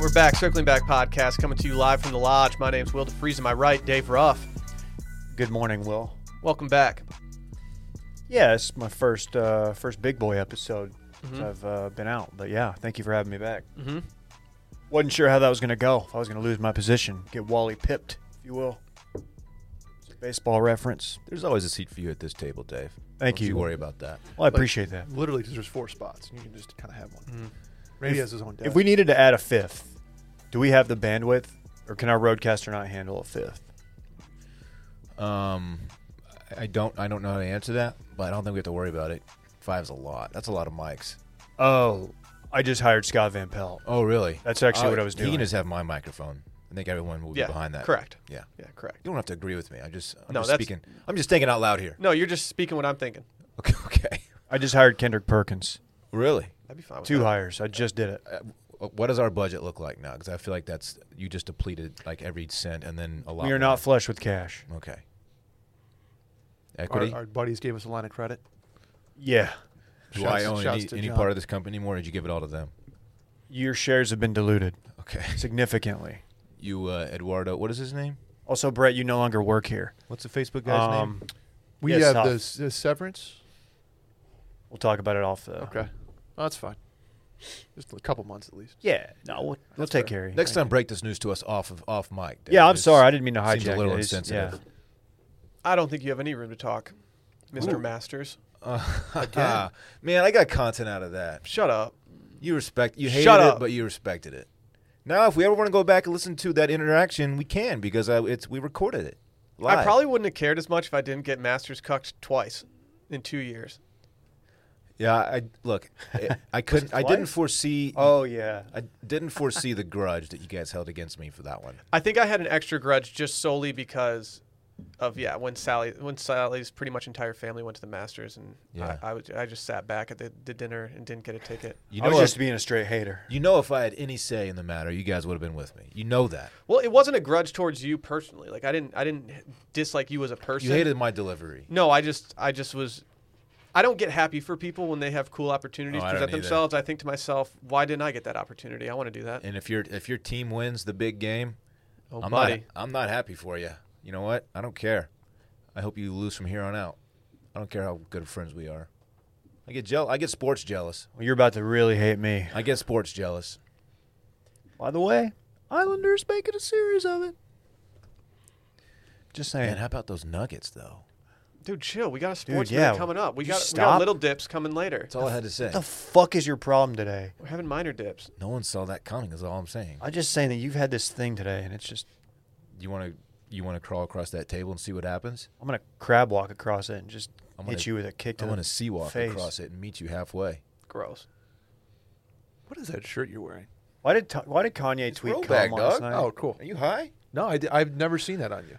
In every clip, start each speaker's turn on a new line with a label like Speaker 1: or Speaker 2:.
Speaker 1: we're back. Circling Back podcast coming to you live from the lodge. My name's Will DeFries. To my right, Dave Ruff.
Speaker 2: Good morning, Will.
Speaker 1: Welcome back.
Speaker 2: Yeah, it's my first uh, first big boy episode since I've uh, been out, but yeah, thank you for having me back.
Speaker 1: Mhm.
Speaker 2: Wasn't sure how that was going to go. If I was going to lose my position, get Wally pipped, if you will. It's a baseball reference.
Speaker 3: There's always a seat for you at this table, Dave.
Speaker 2: Thank
Speaker 3: Don't
Speaker 2: you.
Speaker 3: You worry about that.
Speaker 2: Well, I appreciate that.
Speaker 4: Literally, because there's four spots, and you can just kind of have one. Randy has his own desk.
Speaker 2: If we needed to add a fifth, do we have the bandwidth, or can our roadcaster not handle a fifth?
Speaker 3: Um, I- I don't. I don't know how to answer that, but I don't think we have to worry about it. Five's a lot. That's a lot of mics.
Speaker 2: Oh, I just hired Scott Van Pelt.
Speaker 3: Oh, really?
Speaker 2: That's actually what I was
Speaker 3: He
Speaker 2: doing.
Speaker 3: can just have my microphone. I think everyone will be
Speaker 1: Yeah,
Speaker 3: behind that.
Speaker 1: correct.
Speaker 3: Yeah.
Speaker 1: Yeah, correct.
Speaker 3: You don't have to agree with me. I just. I'm
Speaker 1: No,
Speaker 3: just
Speaker 1: that's-
Speaker 3: speaking. I'm just thinking out loud here.
Speaker 1: No, you're just speaking what I'm thinking.
Speaker 3: Okay. Okay.
Speaker 2: I just hired Kendrick Perkins.
Speaker 3: Really?
Speaker 1: I'd be fine with
Speaker 2: Two
Speaker 1: that.
Speaker 2: hires. I just did it.
Speaker 3: Uh, What does our budget look like now? Because I feel like that's you just depleted like every cent and then a lot.
Speaker 2: We
Speaker 3: more.
Speaker 2: are not flush with cash.
Speaker 3: Okay.
Speaker 4: our,
Speaker 3: Equity.
Speaker 4: our buddies gave us a line of credit.
Speaker 2: Yeah.
Speaker 3: Do
Speaker 4: Shouts-
Speaker 3: I own
Speaker 4: shouts
Speaker 3: any,
Speaker 4: to
Speaker 3: any
Speaker 4: John.
Speaker 3: part of this company anymore, or did you give it all to them?
Speaker 2: Your shares have been diluted
Speaker 3: Okay.
Speaker 2: significantly.
Speaker 3: You, uh, Eduardo, what is his name?
Speaker 2: Also, Brett, you no longer work here.
Speaker 3: What's the Facebook guy's
Speaker 2: Um,
Speaker 3: name?
Speaker 4: We
Speaker 2: Yes,
Speaker 4: have
Speaker 2: Hal.
Speaker 4: the, uh, s- the severance.
Speaker 2: We'll talk about it off the.
Speaker 4: Okay, Oh, that's fine. Just a couple months at least.
Speaker 2: Yeah. No, we'll, we'll
Speaker 4: That's
Speaker 2: take
Speaker 4: fair.
Speaker 2: care of you.
Speaker 3: Next time, break this news to us off of off mic. Dave.
Speaker 2: Yeah, I'm
Speaker 3: It's-
Speaker 2: sorry. I didn't mean to hijack.
Speaker 3: seems a little
Speaker 2: it. It's-
Speaker 3: insensitive.
Speaker 2: yeah.
Speaker 1: I don't think you have any room to talk, Mr. Masters.
Speaker 3: Ah, man, I got content out of that.
Speaker 1: Shut up.
Speaker 3: You respect. You hated
Speaker 1: Shut up.
Speaker 3: it, but you respected it. Now, if we ever want to go back and listen to that interaction, we can because I, it's we recorded it. Live.
Speaker 1: I probably wouldn't have cared as much if I didn't get Masters cucked twice in two years.
Speaker 3: Yeah, I look. I, I couldn't. I didn't
Speaker 2: twice?
Speaker 3: foresee.
Speaker 2: Oh, yeah.
Speaker 3: I didn't foresee the grudge that you guys held against me for that one.
Speaker 1: I think I had an extra grudge just solely because of yeah when Sally when Sally's pretty much entire family went to the Masters and
Speaker 3: Yeah.
Speaker 1: I, I was I just sat back at the, the dinner and didn't get a ticket.
Speaker 3: You
Speaker 2: I
Speaker 3: know,
Speaker 2: was
Speaker 3: if,
Speaker 2: just being a straight hater.
Speaker 3: you know, if I had any say in the matter, you guys would have been with me. You know that.
Speaker 1: Well, it wasn't a grudge towards you personally. Like I didn't I didn't dislike you as a person.
Speaker 3: You hated my delivery.
Speaker 1: No, I just I just was I don't get happy for people when they have cool opportunities
Speaker 3: Oh,
Speaker 1: to
Speaker 3: I
Speaker 1: present
Speaker 3: don't either.
Speaker 1: themselves. I think to myself, why didn't I get that opportunity? I want to do that.
Speaker 3: And if your if your team wins the big game,
Speaker 1: Oh,
Speaker 3: I'm
Speaker 1: buddy.
Speaker 3: not I'm not happy for you. You know what? I don't care. I hope you lose from here on out. I don't care how good friends we are. I get jealous. I get sports jealous.
Speaker 2: Well, you're about to really hate me.
Speaker 3: I get sports jealous.
Speaker 2: By the way, Islanders making a series of it. Just saying.
Speaker 3: Man, how about those Nuggets though?
Speaker 1: Dude, chill. We got a sports
Speaker 2: yeah.
Speaker 1: minute coming up. We
Speaker 2: Would you
Speaker 1: got we got
Speaker 2: stop?
Speaker 1: little dips coming later.
Speaker 3: That's all I had to say.
Speaker 2: what the fuck is your problem today?
Speaker 1: We're having minor dips.
Speaker 3: No one saw that coming. Is all I'm saying.
Speaker 2: I'm just saying that you've had this thing today, and it's just
Speaker 3: You want to you want to crawl across that table and see what happens?
Speaker 2: I'm gonna crab walk across it and just
Speaker 3: I'm
Speaker 2: hit
Speaker 3: gonna-
Speaker 2: you with a kick to
Speaker 3: I
Speaker 2: the
Speaker 3: want to sea walk
Speaker 2: face.
Speaker 3: across it and meet you halfway.
Speaker 1: Gross.
Speaker 4: What is that shirt you're wearing?
Speaker 2: Why did Ta- Why did Kanye tweet come
Speaker 3: throwback,
Speaker 2: last
Speaker 3: dog.
Speaker 2: night?
Speaker 4: Oh, cool.
Speaker 3: Are you high?
Speaker 4: No, I d- I've never seen that on you.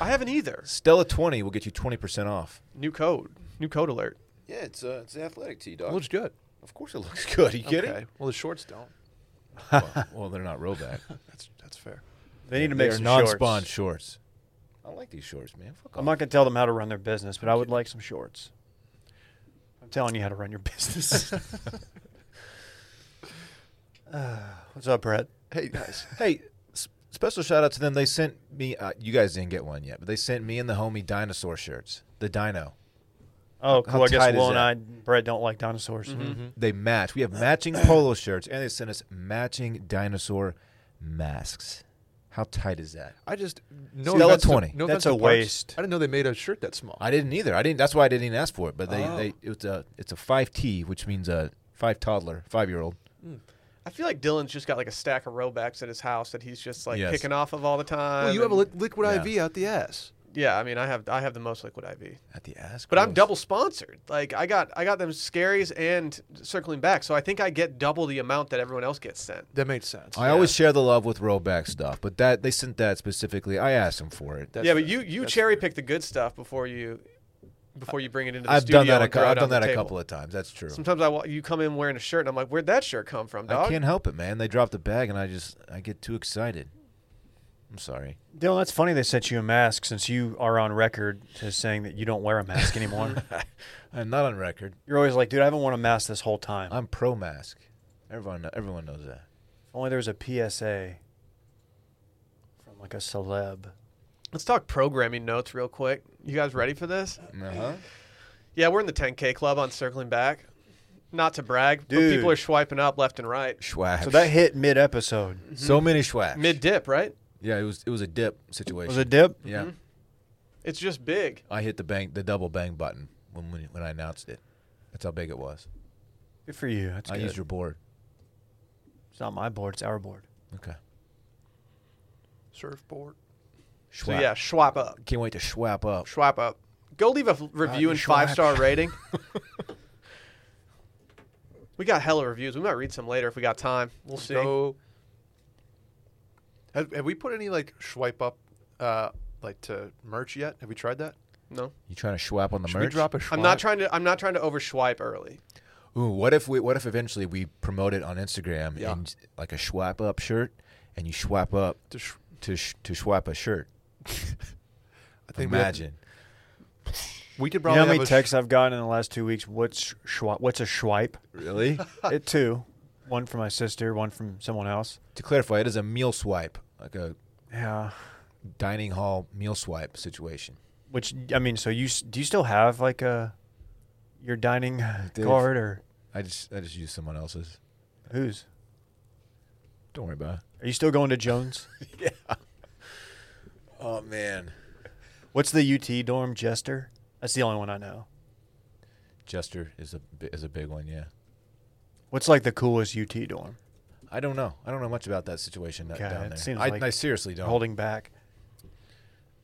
Speaker 1: I haven't either.
Speaker 3: Stella twenty will get you twenty percent off.
Speaker 1: New code. New code alert.
Speaker 3: Yeah, it's uh, it's athletic tee, dog.
Speaker 4: looks good.
Speaker 3: Of course it looks good. Are you kidding?
Speaker 4: Okay. Well, the shorts don't.
Speaker 3: well, well, they're not rollback.
Speaker 4: That's that's fair.
Speaker 2: they need to make
Speaker 3: They're
Speaker 2: some
Speaker 3: non-spawn
Speaker 2: shorts.
Speaker 3: shorts. I like these shorts, man. Fuck
Speaker 2: I'm
Speaker 3: off.
Speaker 2: not gonna tell them how to run their business, but I would like some shorts. I'm telling you how to run your business. Ah, what's up, Brett?
Speaker 4: Hey guys,
Speaker 3: hey, s- special shout out to them. They sent me. Uh, you guys didn't get one yet, but they sent me and the homie dinosaur shirts. The dino.
Speaker 2: Oh,
Speaker 3: How
Speaker 2: cool. I
Speaker 3: tight
Speaker 2: guess
Speaker 3: is
Speaker 2: Will and
Speaker 3: that?
Speaker 2: I, Brett, don't like dinosaurs. Mm-hmm.
Speaker 3: They match. We have matching polo shirts, and they sent us matching dinosaur masks. How tight is that?
Speaker 4: I just no.
Speaker 3: Stella
Speaker 4: offense to-
Speaker 3: 20.
Speaker 4: no
Speaker 2: That's
Speaker 4: offense
Speaker 2: a
Speaker 4: to Parks.
Speaker 2: waste.
Speaker 4: I didn't know they made a shirt that small.
Speaker 3: I didn't either. I didn't. That's why I didn't even ask for it. But they,
Speaker 4: Oh.
Speaker 3: they it's a it's a five T, which means a five toddler, five year old.
Speaker 1: I feel like Dylan's just got like a stack of Robacks at his house that he's just like
Speaker 3: Yes.
Speaker 1: picking off of all the time.
Speaker 4: well, you have a
Speaker 1: and-
Speaker 4: li- liquid
Speaker 3: Yeah.
Speaker 4: IV out the ass.
Speaker 1: Yeah, I mean, I have I have the most liquid IV.
Speaker 3: At the ass.
Speaker 1: But I'm
Speaker 3: gross.
Speaker 1: double sponsored. Like I got I got them scaries and circling back, so I think I get double the amount that everyone else gets sent.
Speaker 4: That made sense.
Speaker 3: I always share the love with rollback stuff, but that they sent that specifically. I asked them for it.
Speaker 4: That's
Speaker 1: yeah, but
Speaker 4: fair.
Speaker 1: you you
Speaker 4: That's
Speaker 1: cherry pick the good stuff before you before you bring it into the
Speaker 3: I've
Speaker 1: studio.
Speaker 3: done that. A,
Speaker 1: and throw
Speaker 3: cou-
Speaker 1: it
Speaker 3: I've
Speaker 1: on
Speaker 3: done
Speaker 1: the
Speaker 3: that a
Speaker 1: table.
Speaker 3: couple of times. That's true.
Speaker 1: Sometimes I wa- you come in wearing a shirt and I'm like, where'd that shirt come from, dog?
Speaker 3: I can't help it, man. They dropped the bag, and I just I get too excited. I'm sorry.
Speaker 2: Dylan, that's funny they sent you a mask since you are on record as saying that you don't wear a mask anymore.
Speaker 3: I'm not on record.
Speaker 2: You're always like, dude, I haven't worn a mask this whole time.
Speaker 3: I'm pro mask. Everyone, everyone knows that.
Speaker 2: Only there was a PSA from like a celeb.
Speaker 1: Let's talk programming notes real quick. You guys ready for this?
Speaker 3: Uh huh.
Speaker 1: Uh-huh. Yeah, we're in the 10K club on circling back. Not to brag,
Speaker 2: Dude.
Speaker 1: but people are swiping up left and right.
Speaker 3: Schwack.
Speaker 2: So that hit mid episode.
Speaker 3: So many schwacks.
Speaker 1: Mm-hmm. Mid dip, right?
Speaker 3: Yeah, it was it was a dip situation.
Speaker 2: Was it dip?
Speaker 3: Yeah,
Speaker 1: Mm-hmm. It's just big.
Speaker 3: I hit the bang the double bang button when when, when I announced it. That's how big it was.
Speaker 2: Good for you. That's
Speaker 3: I
Speaker 2: good.
Speaker 3: used your board.
Speaker 2: it's not my board. It's our board.
Speaker 3: Okay.
Speaker 4: Surfboard.
Speaker 1: So yeah, swap up.
Speaker 3: Can't wait to schwap up.
Speaker 1: Swap up. Go leave a f- review
Speaker 2: you
Speaker 1: and
Speaker 2: schwap.
Speaker 1: five star rating. we got hella reviews. We might read some later if we got time. We'll see.
Speaker 4: So, have, have we put any like swipe up, uh, like to merch yet? Have we tried that?
Speaker 1: No,
Speaker 3: You trying to schwap on the
Speaker 4: Should
Speaker 3: merch?
Speaker 4: we drop a swipe?
Speaker 1: I'm not trying to. I'm not trying to over swipe early.
Speaker 3: Ooh, what if we? What if eventually we promote it on Instagram
Speaker 4: Yeah.
Speaker 3: and like a schwap up shirt, and you schwap up
Speaker 4: To sh-
Speaker 3: to sh- to schwap a shirt.
Speaker 4: I think we have-
Speaker 3: Imagine.
Speaker 4: we, could
Speaker 2: You
Speaker 4: probably
Speaker 2: know how
Speaker 4: have
Speaker 2: many
Speaker 4: a sh-
Speaker 2: texts I've gotten in the last two weeks? What's schwa- What's a swipe?
Speaker 3: Really?
Speaker 2: it two. One from my sister. One from someone else.
Speaker 3: to clarify, it is a meal swipe, like a
Speaker 2: Yeah.
Speaker 3: dining hall meal swipe situation.
Speaker 2: Which I mean, so you s- do you still have like a your dining
Speaker 3: did.
Speaker 2: card or
Speaker 3: I just I just used someone else's.
Speaker 2: whose?
Speaker 3: Don't worry about
Speaker 2: Are you still going to Jones?
Speaker 3: it. yeah. Oh man,
Speaker 2: What's the UT dorm jester? That's the only one I know.
Speaker 3: Jester is a bi- is a big one. Yeah.
Speaker 2: What's like the coolest UT dorm?
Speaker 3: I don't know. I don't know much about that situation that
Speaker 2: Okay,
Speaker 3: down
Speaker 2: it
Speaker 3: there.
Speaker 2: seems
Speaker 3: I,
Speaker 2: like
Speaker 3: I seriously don't.
Speaker 2: Holding back.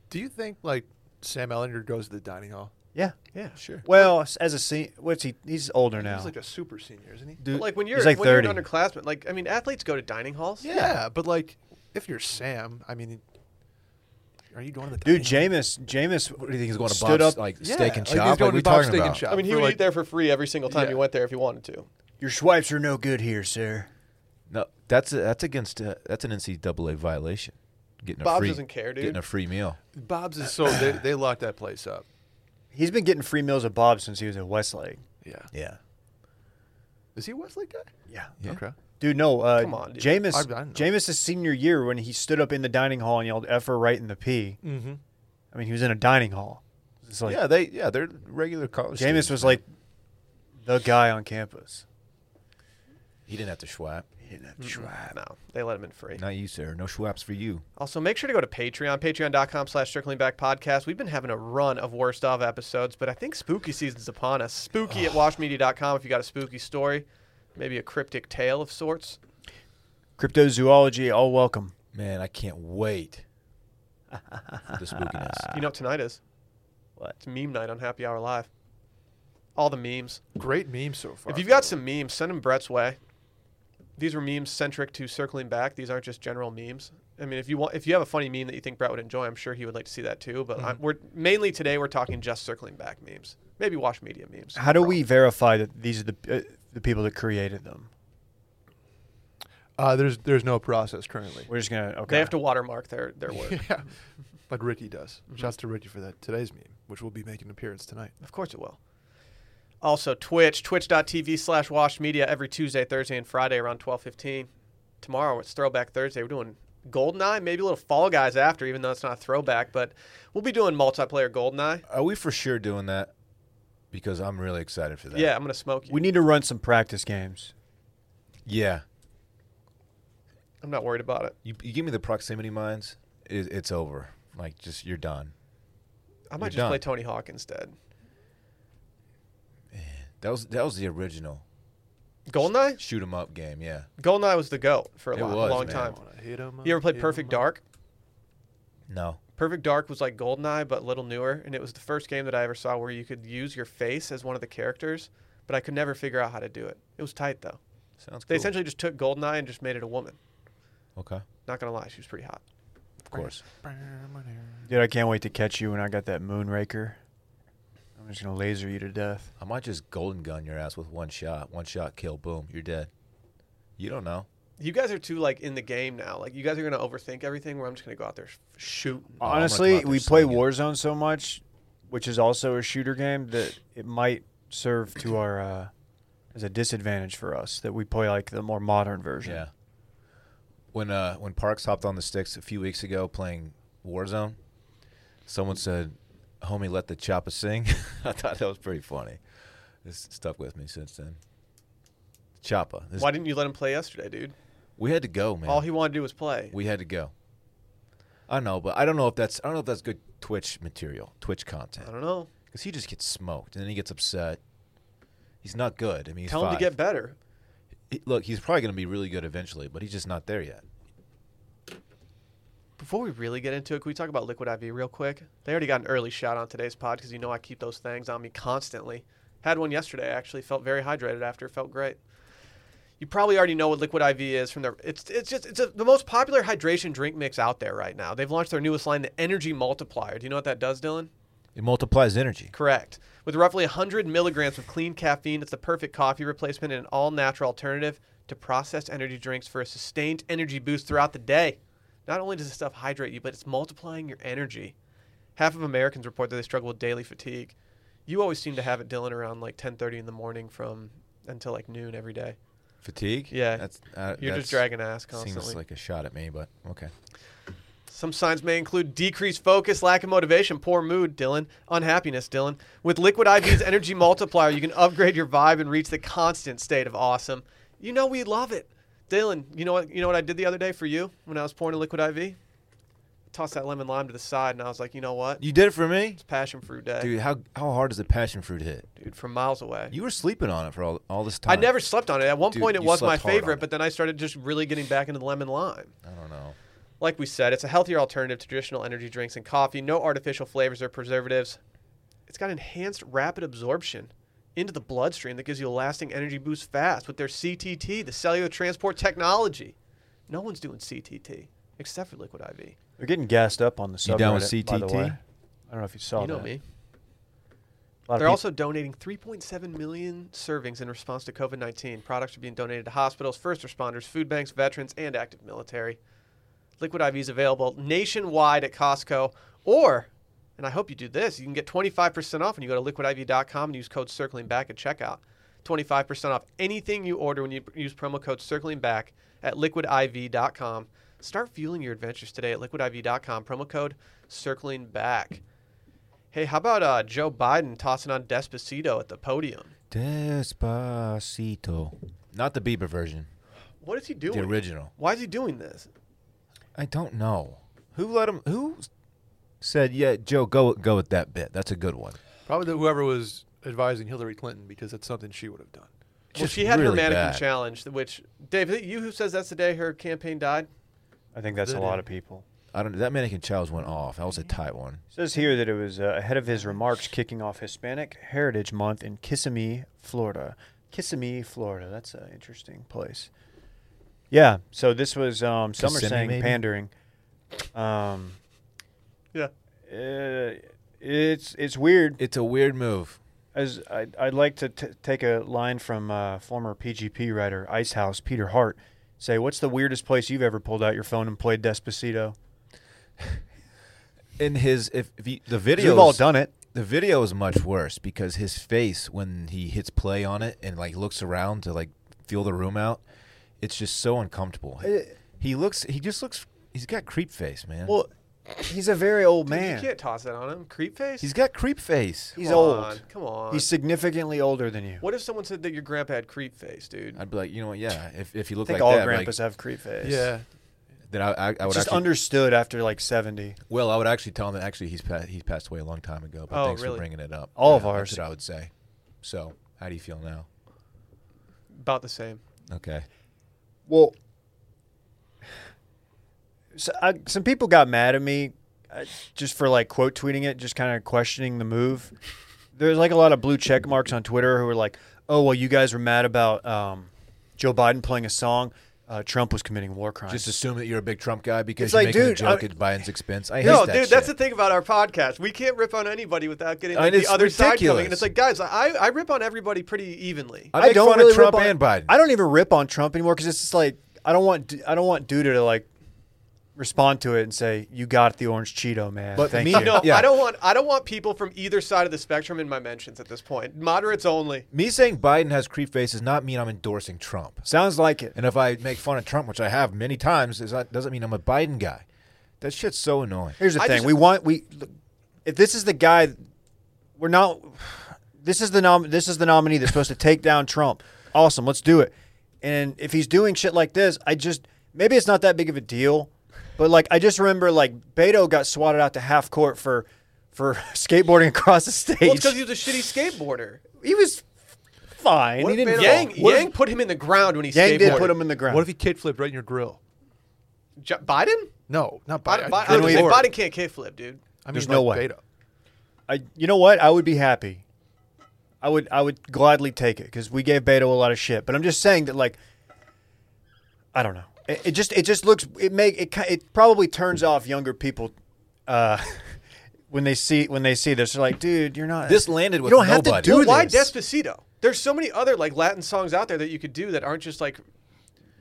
Speaker 4: Do you think like Sam Ellinger goes to the dining hall?
Speaker 2: Yeah.
Speaker 1: Yeah.
Speaker 3: Sure.
Speaker 2: Well, s- as a se- what's he? He's older now.
Speaker 4: He's like a super senior, isn't he?
Speaker 1: But like when
Speaker 2: he's
Speaker 1: you're
Speaker 2: like
Speaker 1: when you're
Speaker 2: 30.
Speaker 1: an underclassman, like I mean, athletes go to dining halls.
Speaker 4: Yeah, but like if you're Sam, I mean, are you going to the
Speaker 2: Dude,
Speaker 4: dining
Speaker 2: Jameis, Jameis,
Speaker 3: What do you think he's going to
Speaker 2: stood
Speaker 3: Bob's
Speaker 2: up.
Speaker 3: like
Speaker 4: Yeah,
Speaker 3: steak
Speaker 4: like
Speaker 3: and
Speaker 4: he's
Speaker 3: shop? Like,
Speaker 4: going to
Speaker 3: we
Speaker 4: Bob's
Speaker 3: talking
Speaker 4: Steak and
Speaker 3: about?
Speaker 4: Shop.
Speaker 1: I mean, he
Speaker 4: For
Speaker 1: would
Speaker 4: like-
Speaker 1: eat there for free every single time
Speaker 4: Yeah.
Speaker 1: he went there if he wanted to.
Speaker 2: Your swipes are no good here, sir.
Speaker 3: No, that's a, that's against uh, that's an NCAA violation. Getting a
Speaker 1: Bob's
Speaker 3: free,
Speaker 1: doesn't care, dude.
Speaker 3: Getting a free meal.
Speaker 4: hall? Bob's is so they, they locked that place up.
Speaker 2: He's been getting free meals at Bob's since he was at Westlake.
Speaker 4: Yeah,
Speaker 3: Yeah.
Speaker 4: is he a Westlake guy?
Speaker 2: Yeah.
Speaker 3: Yeah.
Speaker 4: Okay.
Speaker 2: Dude, no. Uh,
Speaker 1: Come on, dude.
Speaker 2: Jameis,
Speaker 4: I- I know.
Speaker 2: Jameis' senior year when he stood up in the dining hall and yelled "F her right in the P."
Speaker 4: Mm-hmm.
Speaker 2: I mean, he was in a dining hall. It's like
Speaker 3: yeah, they yeah they're regular college.
Speaker 2: Jameis
Speaker 3: students,
Speaker 2: was
Speaker 3: man.
Speaker 2: like the guy on campus.
Speaker 3: he didn't have to schwap.
Speaker 2: He didn't have
Speaker 1: Mm-mm.
Speaker 2: to try.
Speaker 1: No, they let him in free.
Speaker 3: Not you, sir. No schwaps for you.
Speaker 1: Also, make sure to go to Patreon, patreon.com slash circling back podcast. We've been having a run of worst of episodes, but I think spooky season's upon us. Spooky at washmedia.com if you got a spooky story, maybe a cryptic tale of sorts.
Speaker 2: Cryptozoology, all welcome.
Speaker 3: Man, I can't wait. for the spookiness.
Speaker 1: You know what tonight is?
Speaker 2: What?
Speaker 1: It's meme night on Happy Hour Live. All the memes.
Speaker 4: Great meme so far.
Speaker 1: If you've got some memes, send them Brett's way. These were memes centric to circling back. These aren't just general memes. I mean, if you want, if you have a funny meme that you think Brett would enjoy, I'm sure he would like to see that too.
Speaker 2: Mm-hmm.
Speaker 1: But I'm, we're mainly today we're talking just circling back memes. Maybe wash media memes.
Speaker 2: How do
Speaker 1: Probably.
Speaker 2: we verify that these are the uh, the people that created them?
Speaker 4: uh, there's there's no process currently.
Speaker 2: We're just gonna okay.
Speaker 1: They have to watermark their their work.
Speaker 4: yeah, like Ricky does.
Speaker 1: Mm-hmm.
Speaker 4: Shouts to Ricky for that today's meme, which will be making an appearance tonight.
Speaker 1: Of course it will. Also, Twitch, twitch.tv slash washed media every Tuesday, Thursday, and Friday around 12.15. Tomorrow it's Throwback Thursday. We're doing Goldeneye, maybe a little Fall Guys after, even though it's not a throwback, but we'll be doing multiplayer Goldeneye.
Speaker 3: Are we for sure doing that? Because I'm really excited for that.
Speaker 1: Yeah, I'm going to smoke you.
Speaker 2: We need to run some practice games.
Speaker 3: Yeah.
Speaker 1: I'm not worried about it.
Speaker 3: You, you give me the proximity mines. It, it's over. Like just you're done.
Speaker 1: I might
Speaker 3: You're
Speaker 1: just
Speaker 3: done.
Speaker 1: play Tony Hawk instead.
Speaker 3: That was that was the original
Speaker 1: Goldeneye?
Speaker 3: shoot 'em up game. Yeah.
Speaker 1: Goldeneye was the GOAT for a,
Speaker 3: It
Speaker 1: long,
Speaker 3: was,
Speaker 1: long
Speaker 3: man.
Speaker 1: time.
Speaker 4: Wanna hit 'em
Speaker 1: You ever
Speaker 4: up,
Speaker 1: played
Speaker 4: hit 'em
Speaker 1: Perfect
Speaker 4: up.
Speaker 1: Dark?
Speaker 3: No.
Speaker 1: Perfect Dark was like Goldeneye, but a little newer, and it was the first game that I ever saw where you could use your face as one of the characters, but I could never figure out how to do it. It was tight though.
Speaker 3: Sounds
Speaker 1: They
Speaker 3: cool.
Speaker 1: essentially just took Goldeneye and just made it a woman.
Speaker 3: okay.
Speaker 1: Not gonna lie, she was pretty hot.
Speaker 3: Of course.
Speaker 2: Dude, I can't wait to catch you when I got that Moonraker. I'm just gonna laser you to death.
Speaker 3: I might just golden gun your ass with one shot. One shot kill. Boom. You're dead. You don't know.
Speaker 1: You guys are too like in the game now. Like you guys are gonna overthink everything. Where I'm just gonna go out there, sh- shoot.
Speaker 3: Oh, I'm gonna come
Speaker 2: Honestly,
Speaker 3: out there
Speaker 2: we play
Speaker 3: slinging.
Speaker 2: Warzone so much, which is also a shooter game, that it might serve to our uh, as a disadvantage for us that we play like the more modern version.
Speaker 3: Yeah. when uh, when Parks hopped on the sticks a few weeks ago playing Warzone, someone said, "Homie, let the chopper sing." I thought that was pretty funny. It's stuck with me since then. Choppa. This-
Speaker 1: Why didn't you let him play yesterday, dude?
Speaker 3: we had to go, man.
Speaker 1: All he wanted to do was play.
Speaker 3: we had to go. I know, but I don't know if that's I don't know if that's good Twitch material, Twitch
Speaker 1: I
Speaker 3: content,
Speaker 1: don't know.
Speaker 3: because he just gets smoked and then he gets upset. He's not good. I mean, he's
Speaker 1: Tell him to
Speaker 3: five.
Speaker 1: get better.
Speaker 3: He- look, he's probably going to be really good eventually, but he's just not there yet.
Speaker 1: Before we really get into it, can we talk about Liquid IV real quick? They already got an early shout on today's pod because you know I keep those things on me constantly. Had one yesterday actually. Felt very hydrated after. Felt great. You probably already know what Liquid IV is from their. It's it's just it's a, the most popular hydration drink mix out there right now. They've launched their newest line, the Energy Multiplier. Do you know what that does, Dylan?
Speaker 3: It multiplies energy.
Speaker 1: Correct. With roughly 100 milligrams of clean caffeine, it's the perfect coffee replacement and an all natural alternative to processed energy drinks for a sustained energy boost throughout the day. Not only does this stuff hydrate you, but it's multiplying your energy. Half of Americans report that they struggle with daily fatigue. You always seem to have it, Dylan, around like 10:30 in the morning from until like noon every day.
Speaker 3: Fatigue?
Speaker 1: Yeah.
Speaker 3: That's, uh,
Speaker 1: You're
Speaker 3: that's-
Speaker 1: just dragging ass constantly.
Speaker 3: Seems like a shot at me, but okay.
Speaker 1: Some signs may include decreased focus, lack of motivation, poor mood, Dylan, unhappiness, Dylan. With Liquid IV's energy multiplier, you can upgrade your vibe and reach the constant state of awesome. You know we love it. Dylan, you know what you know what I did the other day for you when I was pouring a liquid IV? Tossed that lemon lime to the side and I was like, you know what?
Speaker 3: You did it for me?
Speaker 1: It's passion fruit day. Dude,
Speaker 3: Dude, how how hard does the passion fruit hit?
Speaker 1: from miles away.
Speaker 3: You were sleeping on it for all, all this
Speaker 1: I
Speaker 3: time.
Speaker 1: never slept on it. At one
Speaker 3: Dude,
Speaker 1: point it
Speaker 3: you
Speaker 1: was my
Speaker 3: slept hard on
Speaker 1: favorite,
Speaker 3: it.
Speaker 1: but then I started just really getting back into the lemon lime.
Speaker 3: I don't know.
Speaker 1: Like we said, it's a healthier alternative to traditional energy drinks and coffee. No artificial flavors or preservatives. It's got enhanced rapid absorption into the bloodstream that gives you a lasting energy boost fast with their CTT, the cellular transport technology. No one's doing CTT except for Liquid IV.
Speaker 2: They're getting gassed up on the subreddit.
Speaker 3: You down with
Speaker 2: By the
Speaker 3: CTT?
Speaker 2: way. I don't know if you saw
Speaker 1: you know
Speaker 2: that.
Speaker 1: me.
Speaker 2: A lot of
Speaker 1: They're
Speaker 2: peop-
Speaker 1: also donating 3.7 million servings in response to COVID 19. Products are being donated to hospitals, first responders, food banks, veterans, and active military. Liquid IV is available nationwide at Costco, or, and I hope you do this, you can get 25% off when you go to liquidiv.com and use code circling back at checkout. 25% off anything you order when you use promo code circling back at liquidiv.com. Start fueling your adventures today at liquidiv.com. Promo code circling back. Hey, how about uh, Joe Biden tossing on Despacito at the podium?
Speaker 3: Despacito. Not the Bieber version,
Speaker 1: What is he doing?
Speaker 3: the original.
Speaker 1: Why is he doing this?
Speaker 3: I don't know. Who let him who said, "Yeah, Joe, go go with that bit. That's a good one."
Speaker 4: Probably that whoever was advising Hillary Clinton because that's something she would have done.
Speaker 1: Well,
Speaker 3: Just
Speaker 1: she had her
Speaker 3: really
Speaker 1: mannequin
Speaker 3: bad.
Speaker 1: challenge, which Dave, is it you who says that's the day her campaign died?
Speaker 2: I think that's a
Speaker 4: They
Speaker 2: lot
Speaker 4: do.
Speaker 2: of people.
Speaker 3: I don't that mannequin challenge went off. That was a tight one.
Speaker 2: It says here that it was uh, ahead of his remarks kicking off Hispanic Heritage Month in Kissimmee, Florida. Kissimmee, Florida. That's an interesting place. Yeah. So this was um, some are
Speaker 3: Kissimmee,
Speaker 2: saying
Speaker 3: maybe?
Speaker 2: pandering. Um,
Speaker 1: Yeah.
Speaker 2: uh, it's it's weird.
Speaker 3: It's a weird move.
Speaker 2: As I'd, I'd like to t- take a line from uh, former PGP writer Icehouse Peter Hart. Say, what's the weirdest place you've ever pulled out your phone and played Despacito?
Speaker 3: In his if, if you, the video
Speaker 2: You've all done it.
Speaker 3: The video is much worse because his face when he hits play on it and like looks around to like feel the room out, it's just so uncomfortable.
Speaker 2: Eh.
Speaker 3: he looks he just looks he's got creep face, man.
Speaker 2: Well, he's a very old
Speaker 1: Dude,
Speaker 2: man.
Speaker 1: you can't toss that on him. Creep face.
Speaker 3: he's got creep face.
Speaker 2: he's
Speaker 1: Come
Speaker 2: old.
Speaker 1: on, Come on.
Speaker 2: He's significantly older than you.
Speaker 1: what if someone said that your grandpa had creep face, dude?
Speaker 3: I'd be like, you know what? Yeah, if if you
Speaker 2: I
Speaker 3: look
Speaker 2: think
Speaker 3: like
Speaker 2: all
Speaker 3: that, like,
Speaker 2: grandpas have creep face.
Speaker 4: Yeah.
Speaker 3: then I, I, I would
Speaker 2: It's just
Speaker 3: actually,
Speaker 2: understood after like 70.
Speaker 3: well, I would actually tell him that actually he's pa- he's passed away a long time ago. But
Speaker 1: Oh,
Speaker 3: thanks
Speaker 1: really?
Speaker 3: for bringing it up.
Speaker 2: All of
Speaker 3: Yeah,
Speaker 2: ours.
Speaker 3: That's what I would say. So, how do you feel now?
Speaker 1: About the same.
Speaker 3: Okay.
Speaker 2: Well, so I, some people got mad at me uh, just for like quote tweeting it, just kind of questioning the move. There's like a lot of blue check marks on Twitter who were like, "Oh, well, you guys were mad about um, Joe Biden playing a song. Uh, Trump was committing war crimes."
Speaker 3: Just assume that you're a big Trump guy because
Speaker 2: It's
Speaker 3: you're
Speaker 2: like,
Speaker 3: making a
Speaker 2: dude, I-
Speaker 3: joke at Biden's expense. I hate
Speaker 1: No,
Speaker 3: that
Speaker 1: dude, that's the
Speaker 3: shit.
Speaker 1: thing about our podcast. We can't rip on anybody without getting
Speaker 3: And
Speaker 1: like, the
Speaker 3: it's
Speaker 1: other side coming.
Speaker 3: ridiculous.
Speaker 1: And it's like, guys, I, I rip on everybody pretty evenly.
Speaker 3: I make fun of
Speaker 2: rip
Speaker 3: Trump
Speaker 2: on-
Speaker 3: and Biden.
Speaker 2: I don't even rip on Trump anymore because it's just like I don't want du- I don't want dude to like respond to it and say, "You got the orange Cheeto, man."
Speaker 3: But
Speaker 2: Thank
Speaker 3: me-
Speaker 2: you.
Speaker 1: No,
Speaker 3: Yeah.
Speaker 1: I don't want I don't want people from either side of the spectrum in my mentions at this point. Moderates only.
Speaker 3: Me saying Biden has creep face does not mean I'm endorsing Trump.
Speaker 2: Sounds like it.
Speaker 3: And if I make fun of Trump, which I have many times, is that doesn't mean I'm a Biden guy. That shit's so annoying.
Speaker 2: Here's the
Speaker 1: I
Speaker 2: thing:
Speaker 1: just-
Speaker 2: we want we. look, If this is the guy, we're not. This is the nom. This is the nominee that's supposed to take down Trump. Awesome, let's do it. And if he's doing shit like this, I just maybe it's not that big of a deal, but like I just remember like Beto got swatted out to half court for for skateboarding across the stage.
Speaker 1: Well, it's because he was a shitty skateboarder.
Speaker 2: he was fine.
Speaker 1: What
Speaker 2: he
Speaker 1: if
Speaker 2: didn't.
Speaker 1: Yang
Speaker 2: fall. What if-
Speaker 1: Yang put him in the ground when he
Speaker 2: Yang
Speaker 1: skateboarded.
Speaker 2: did put him in the ground.
Speaker 4: What if he kick flipped right in your grill?
Speaker 1: J- Biden?
Speaker 4: No, not Biden.
Speaker 1: Biden, Biden,
Speaker 4: good
Speaker 1: I was gonna say,
Speaker 4: Lord.
Speaker 1: Biden can't kickflip, dude.
Speaker 4: I mean,
Speaker 2: There's
Speaker 4: like
Speaker 2: no way.
Speaker 4: Beta.
Speaker 2: I, you know what? I would be happy. I would, I would gladly take it because we gave Beto a lot of shit. But I'm just saying that, like, I don't know. It, it just, it just looks, it make it, ki- it probably turns off younger people uh, when they see when they see this. They're like, dude, you're not.
Speaker 3: This landed with
Speaker 2: You don't have to
Speaker 3: nobody.
Speaker 2: do
Speaker 1: But why
Speaker 2: this.
Speaker 1: Despacito? There's so many other like Latin songs out there that you could do that aren't just like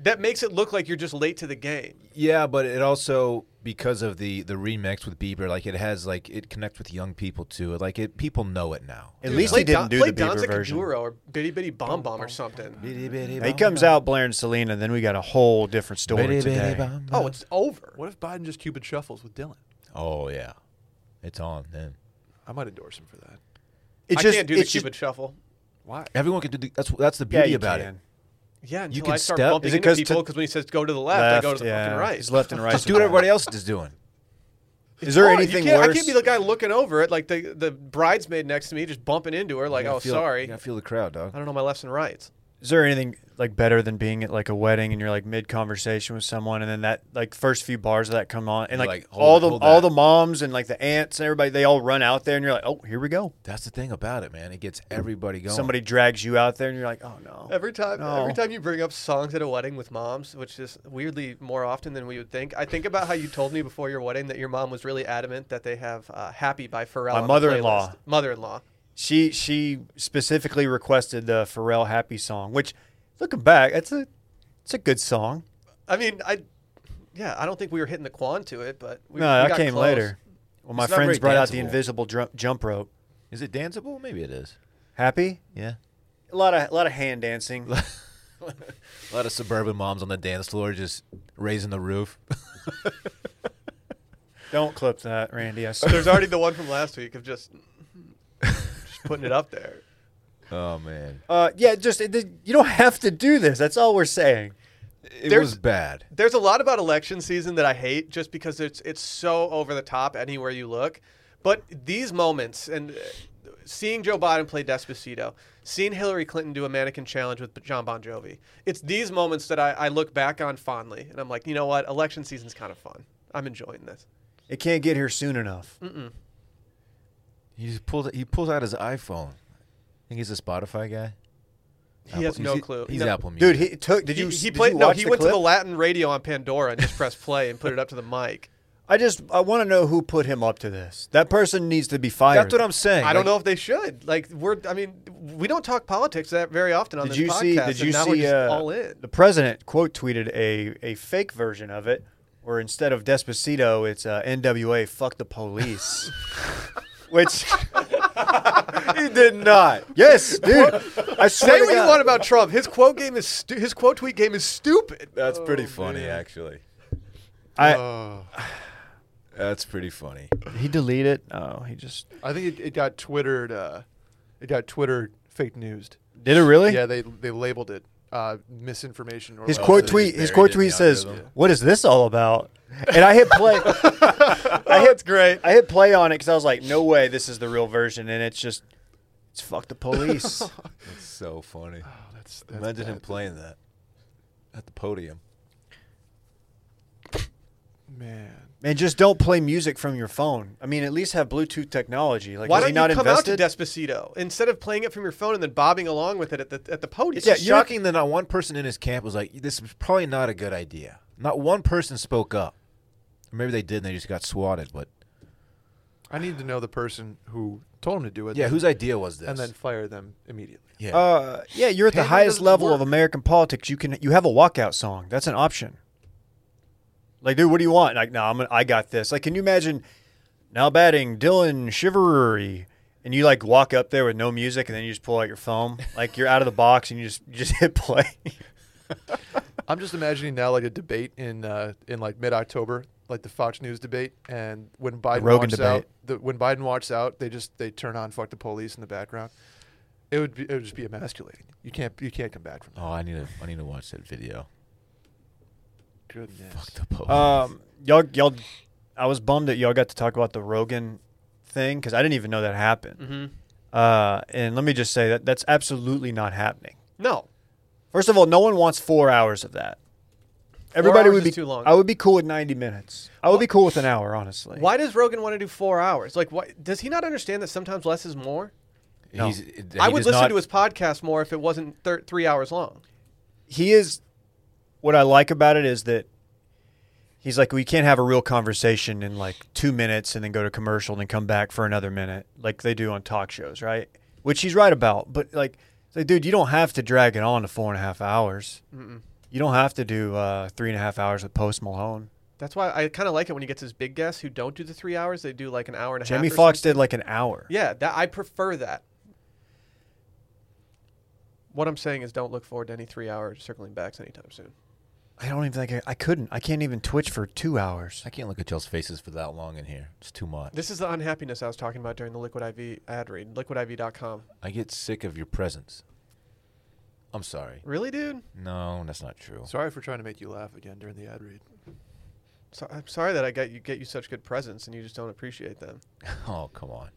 Speaker 1: that makes it look like you're just late to the game.
Speaker 3: Yeah, but it also because of the the remix with Bieber, like it has like it connects with young people too. Like it, people know it now.
Speaker 2: At least
Speaker 1: play
Speaker 2: he didn't
Speaker 1: Don-
Speaker 2: do
Speaker 1: play
Speaker 2: the Bieber
Speaker 1: Danza
Speaker 2: version.
Speaker 1: Kuduro or Bitty Bitty Bomb Bomb or something.
Speaker 2: Now, he comes out blaring Selena, then we got a whole different story today.
Speaker 1: Oh, it's over.
Speaker 4: What if Biden just Cupid shuffles with Dylan?
Speaker 3: Oh yeah, it's on then.
Speaker 4: I might endorse him for that.
Speaker 2: It
Speaker 1: I
Speaker 2: just,
Speaker 1: can't do the
Speaker 2: it's just-
Speaker 1: Cupid Shuffle.
Speaker 4: Why?
Speaker 3: Everyone can do the, that's that's the
Speaker 2: Yeah,
Speaker 3: beauty
Speaker 2: you
Speaker 3: about
Speaker 2: can.
Speaker 3: it.
Speaker 1: Yeah, until
Speaker 3: can
Speaker 1: I start
Speaker 3: step-
Speaker 2: is
Speaker 1: bumping
Speaker 2: it
Speaker 1: into
Speaker 2: 'cause to-
Speaker 1: people because when he says go to the left, I go to the
Speaker 2: yeah.
Speaker 1: fucking right.
Speaker 2: He's left and right.
Speaker 3: Just do what everybody else is doing.
Speaker 2: Is there
Speaker 1: Or Oh, you
Speaker 2: anything
Speaker 1: can't-
Speaker 2: worse?
Speaker 1: I can't be the guy looking over it, like the the bridesmaid next to me, just bumping into her, like,
Speaker 3: You gotta
Speaker 1: oh,
Speaker 3: feel-
Speaker 1: sorry,
Speaker 3: You gotta feel the crowd, dog.
Speaker 1: I don't know my lefts and rights.
Speaker 2: is there anything like better than being at like a wedding and you're like mid conversation with someone and then that like first few bars of that come on and
Speaker 3: You're
Speaker 2: like,
Speaker 3: like, hold
Speaker 2: all
Speaker 3: it,
Speaker 2: the
Speaker 3: hold
Speaker 2: all
Speaker 3: that.
Speaker 2: the moms and like the aunts and everybody they all run out there and you're like oh here we go
Speaker 3: That's the thing about it, man. It gets everybody going.
Speaker 2: somebody drags you out there and you're like oh no
Speaker 1: Every time,
Speaker 2: No.
Speaker 1: every time you bring up songs at a wedding with moms, which is weirdly more often than we would think. I think about how you told me before your wedding that your mom was really adamant that they have uh, "Happy" by Pharrell. on
Speaker 2: My
Speaker 1: the
Speaker 2: mother-in-law.
Speaker 1: playlist. mother-in-law.
Speaker 2: she she specifically requested the Pharrell Happy song which looking back that's a it's a good song
Speaker 1: I mean, I, yeah, I don't think we were hitting the quan to it, but we,
Speaker 2: no
Speaker 1: we
Speaker 2: that
Speaker 1: got
Speaker 2: came
Speaker 1: close.
Speaker 2: later well my
Speaker 3: It's not
Speaker 2: friends
Speaker 3: very
Speaker 2: brought out the invisible
Speaker 3: danceable.
Speaker 2: dr- jump rope
Speaker 3: Is it danceable? Maybe it is.
Speaker 2: happy
Speaker 3: Yeah.
Speaker 2: a lot of a lot of hand dancing
Speaker 3: A lot of suburban moms on the dance floor just raising the roof.
Speaker 2: don't clip that Randy I
Speaker 1: There's already the one from last week of just, just putting it up there.
Speaker 3: oh man,
Speaker 2: Uh, yeah, just it, it- you don't have to do this. That's all we're saying.
Speaker 3: it
Speaker 1: There's-
Speaker 3: was bad.
Speaker 1: There's a lot about election season that I hate just because it's it's so over the top anywhere you look. But these moments and uh, seeing Joe Biden play Despacito, seeing Hillary Clinton do a mannequin challenge with John Bon Jovi, it's these moments that I, I look back on fondly and I'm like, you know what? Election season's kind of fun. I'm enjoying this.
Speaker 2: It can't get here soon enough.
Speaker 3: He just pulls. He pulls out his iPhone. think he's a Spotify guy.
Speaker 1: He has no
Speaker 3: he's-
Speaker 1: clue.
Speaker 3: He's
Speaker 1: No.
Speaker 3: Apple Music.
Speaker 2: Dude, he took. Did you?
Speaker 1: he, he
Speaker 2: did
Speaker 1: played
Speaker 2: you
Speaker 1: no,
Speaker 2: watch
Speaker 1: he
Speaker 2: the
Speaker 1: went
Speaker 2: clip?
Speaker 1: to the Latin radio on Pandora and just pressed play and put it up to the mic.
Speaker 2: I just I want to know who put him up to this. That person needs to be fired.
Speaker 3: That's what I'm saying.
Speaker 1: I don't
Speaker 3: Like,
Speaker 1: know if they should. Like we're, I mean, we don't talk politics that very often on
Speaker 2: Did
Speaker 1: this
Speaker 2: you
Speaker 1: podcast.
Speaker 2: see? Did
Speaker 1: and
Speaker 2: you
Speaker 1: now
Speaker 2: see?
Speaker 1: We're just
Speaker 2: uh,
Speaker 1: all in.
Speaker 2: The president quote tweeted a a fake version of it, where instead of Despacito, it's uh, NWA. Fuck the police. Which he did not. Yes, dude. I swear
Speaker 1: Say
Speaker 2: to
Speaker 1: what you
Speaker 2: God.
Speaker 1: want about Trump. His quote game is stu- his quote tweet game is stupid.
Speaker 3: That's pretty funny, actually.
Speaker 1: Eh.
Speaker 2: I,
Speaker 4: Oh.
Speaker 3: That's pretty funny.
Speaker 2: he deleted. it? Oh, he just
Speaker 4: I think it, it got Twittered. Uh, it got Twitter fake newsed.
Speaker 2: did it. Really?
Speaker 4: Yeah, they they labeled it uh, misinformation. Or
Speaker 2: His
Speaker 4: whatever. Oh,
Speaker 2: quote
Speaker 3: so they
Speaker 2: tweet.
Speaker 3: just
Speaker 2: His
Speaker 3: buried
Speaker 2: quote
Speaker 3: it in
Speaker 2: tweet
Speaker 3: the
Speaker 2: says,
Speaker 3: algorithm.
Speaker 2: "What is this all about?" And I hit play. I hit
Speaker 1: great.
Speaker 2: I hit play on it because I was like, "No way, this is the real version." And it's just, it's fuck the police.
Speaker 3: That's so funny.
Speaker 4: Oh, that's, that's
Speaker 3: Imagine him
Speaker 4: bad.
Speaker 3: playing that at the podium.
Speaker 4: Man,
Speaker 2: Man, just don't play music from your phone. I mean, at least have Bluetooth technology. Like,
Speaker 1: Why
Speaker 2: is
Speaker 1: don't
Speaker 2: he not
Speaker 1: you come
Speaker 2: invested?
Speaker 1: out to Despacito instead of playing it from your phone and then bobbing along with it at the at the podium?
Speaker 3: It's just
Speaker 2: you're-
Speaker 3: shocking that not one person in his camp was like, "This is probably not a good idea." Not one person spoke up. Or maybe they did, and they just got swatted. But
Speaker 4: I need to know the person who told him to do it.
Speaker 3: yeah,
Speaker 4: then-
Speaker 3: whose idea was this?
Speaker 4: and then fire them immediately.
Speaker 3: yeah,
Speaker 2: uh, yeah, you're at the
Speaker 4: Pandering
Speaker 2: highest
Speaker 4: doesn't
Speaker 2: level of
Speaker 4: work.
Speaker 2: American politics. You can you have a walkout song. That's an option. Like, dude, what do you want? Like, no, I'm gonna, I got this. Like, can you imagine now batting Dylan Chivalry, and you like walk up there with no music, and then you just pull out your phone, like you're out of the box, and you just you just hit play.
Speaker 4: I'm just imagining now like a debate in uh, in like mid October, like the Fox News debate, and when Biden
Speaker 2: Rogan
Speaker 4: walks
Speaker 2: debate.
Speaker 4: out, the, when Biden walks out, they just they turn on "fuck the police" in the background. It would be, it would just be emasculating. You can't you can't come back from that.
Speaker 3: Oh, I need to I need to watch that video.
Speaker 4: Goodness.
Speaker 3: Fuck the Pope.
Speaker 2: um, y'all, y'all, I was bummed that y'all got to talk about the Rogan thing because I didn't even know that happened.
Speaker 4: Mm.
Speaker 1: Mm-hmm.
Speaker 2: Uh, and let me just say that that's absolutely not happening.
Speaker 1: No.
Speaker 2: First of all, no one wants four hours of that. Everybody
Speaker 1: hours
Speaker 2: would be
Speaker 1: is too long.
Speaker 2: I would be cool with ninety minutes. I would be cool with an hour, honestly.
Speaker 1: Why does Rogan want to do four hours? Like, why does he not understand that sometimes less is more?
Speaker 2: no.
Speaker 3: He's- he
Speaker 1: I would
Speaker 3: does
Speaker 1: listen
Speaker 3: not-
Speaker 1: to his podcast more if it wasn't thir- three hours long.
Speaker 2: He is. What I like about it is that he's like, we can't have a real conversation in like two minutes and then go to commercial and then come back for another minute, like they do on talk shows, right? Which he's right about. But like, it's like, dude, you don't have to drag it on to four and a half hours.
Speaker 1: Mm-mm.
Speaker 2: You don't have to do uh, three and a half hours with Post Malone.
Speaker 1: That's why I kind of like it when he gets his big guests who don't do the three hours. They do like an hour and a half.
Speaker 2: Jamie
Speaker 1: or
Speaker 2: Foxx
Speaker 1: something.
Speaker 2: did like an hour.
Speaker 1: Yeah, that I prefer that. What I'm saying is, don't look forward to any three-hour circling backs anytime soon.
Speaker 2: I don't even think I, I couldn't. I can't even Twitch for two hours.
Speaker 3: I can't look at y'all's faces for that long in here. It's too much.
Speaker 1: This is the unhappiness I was talking about during the Liquid IV ad read. LiquidIV.com.
Speaker 3: I get sick of your presence. I'm sorry.
Speaker 1: Really, dude?
Speaker 3: No, that's not true.
Speaker 4: Sorry for trying to make you laugh again during the ad read.
Speaker 1: So, I'm sorry that I got you get you such good presents and you just don't appreciate them.
Speaker 3: Oh, come on.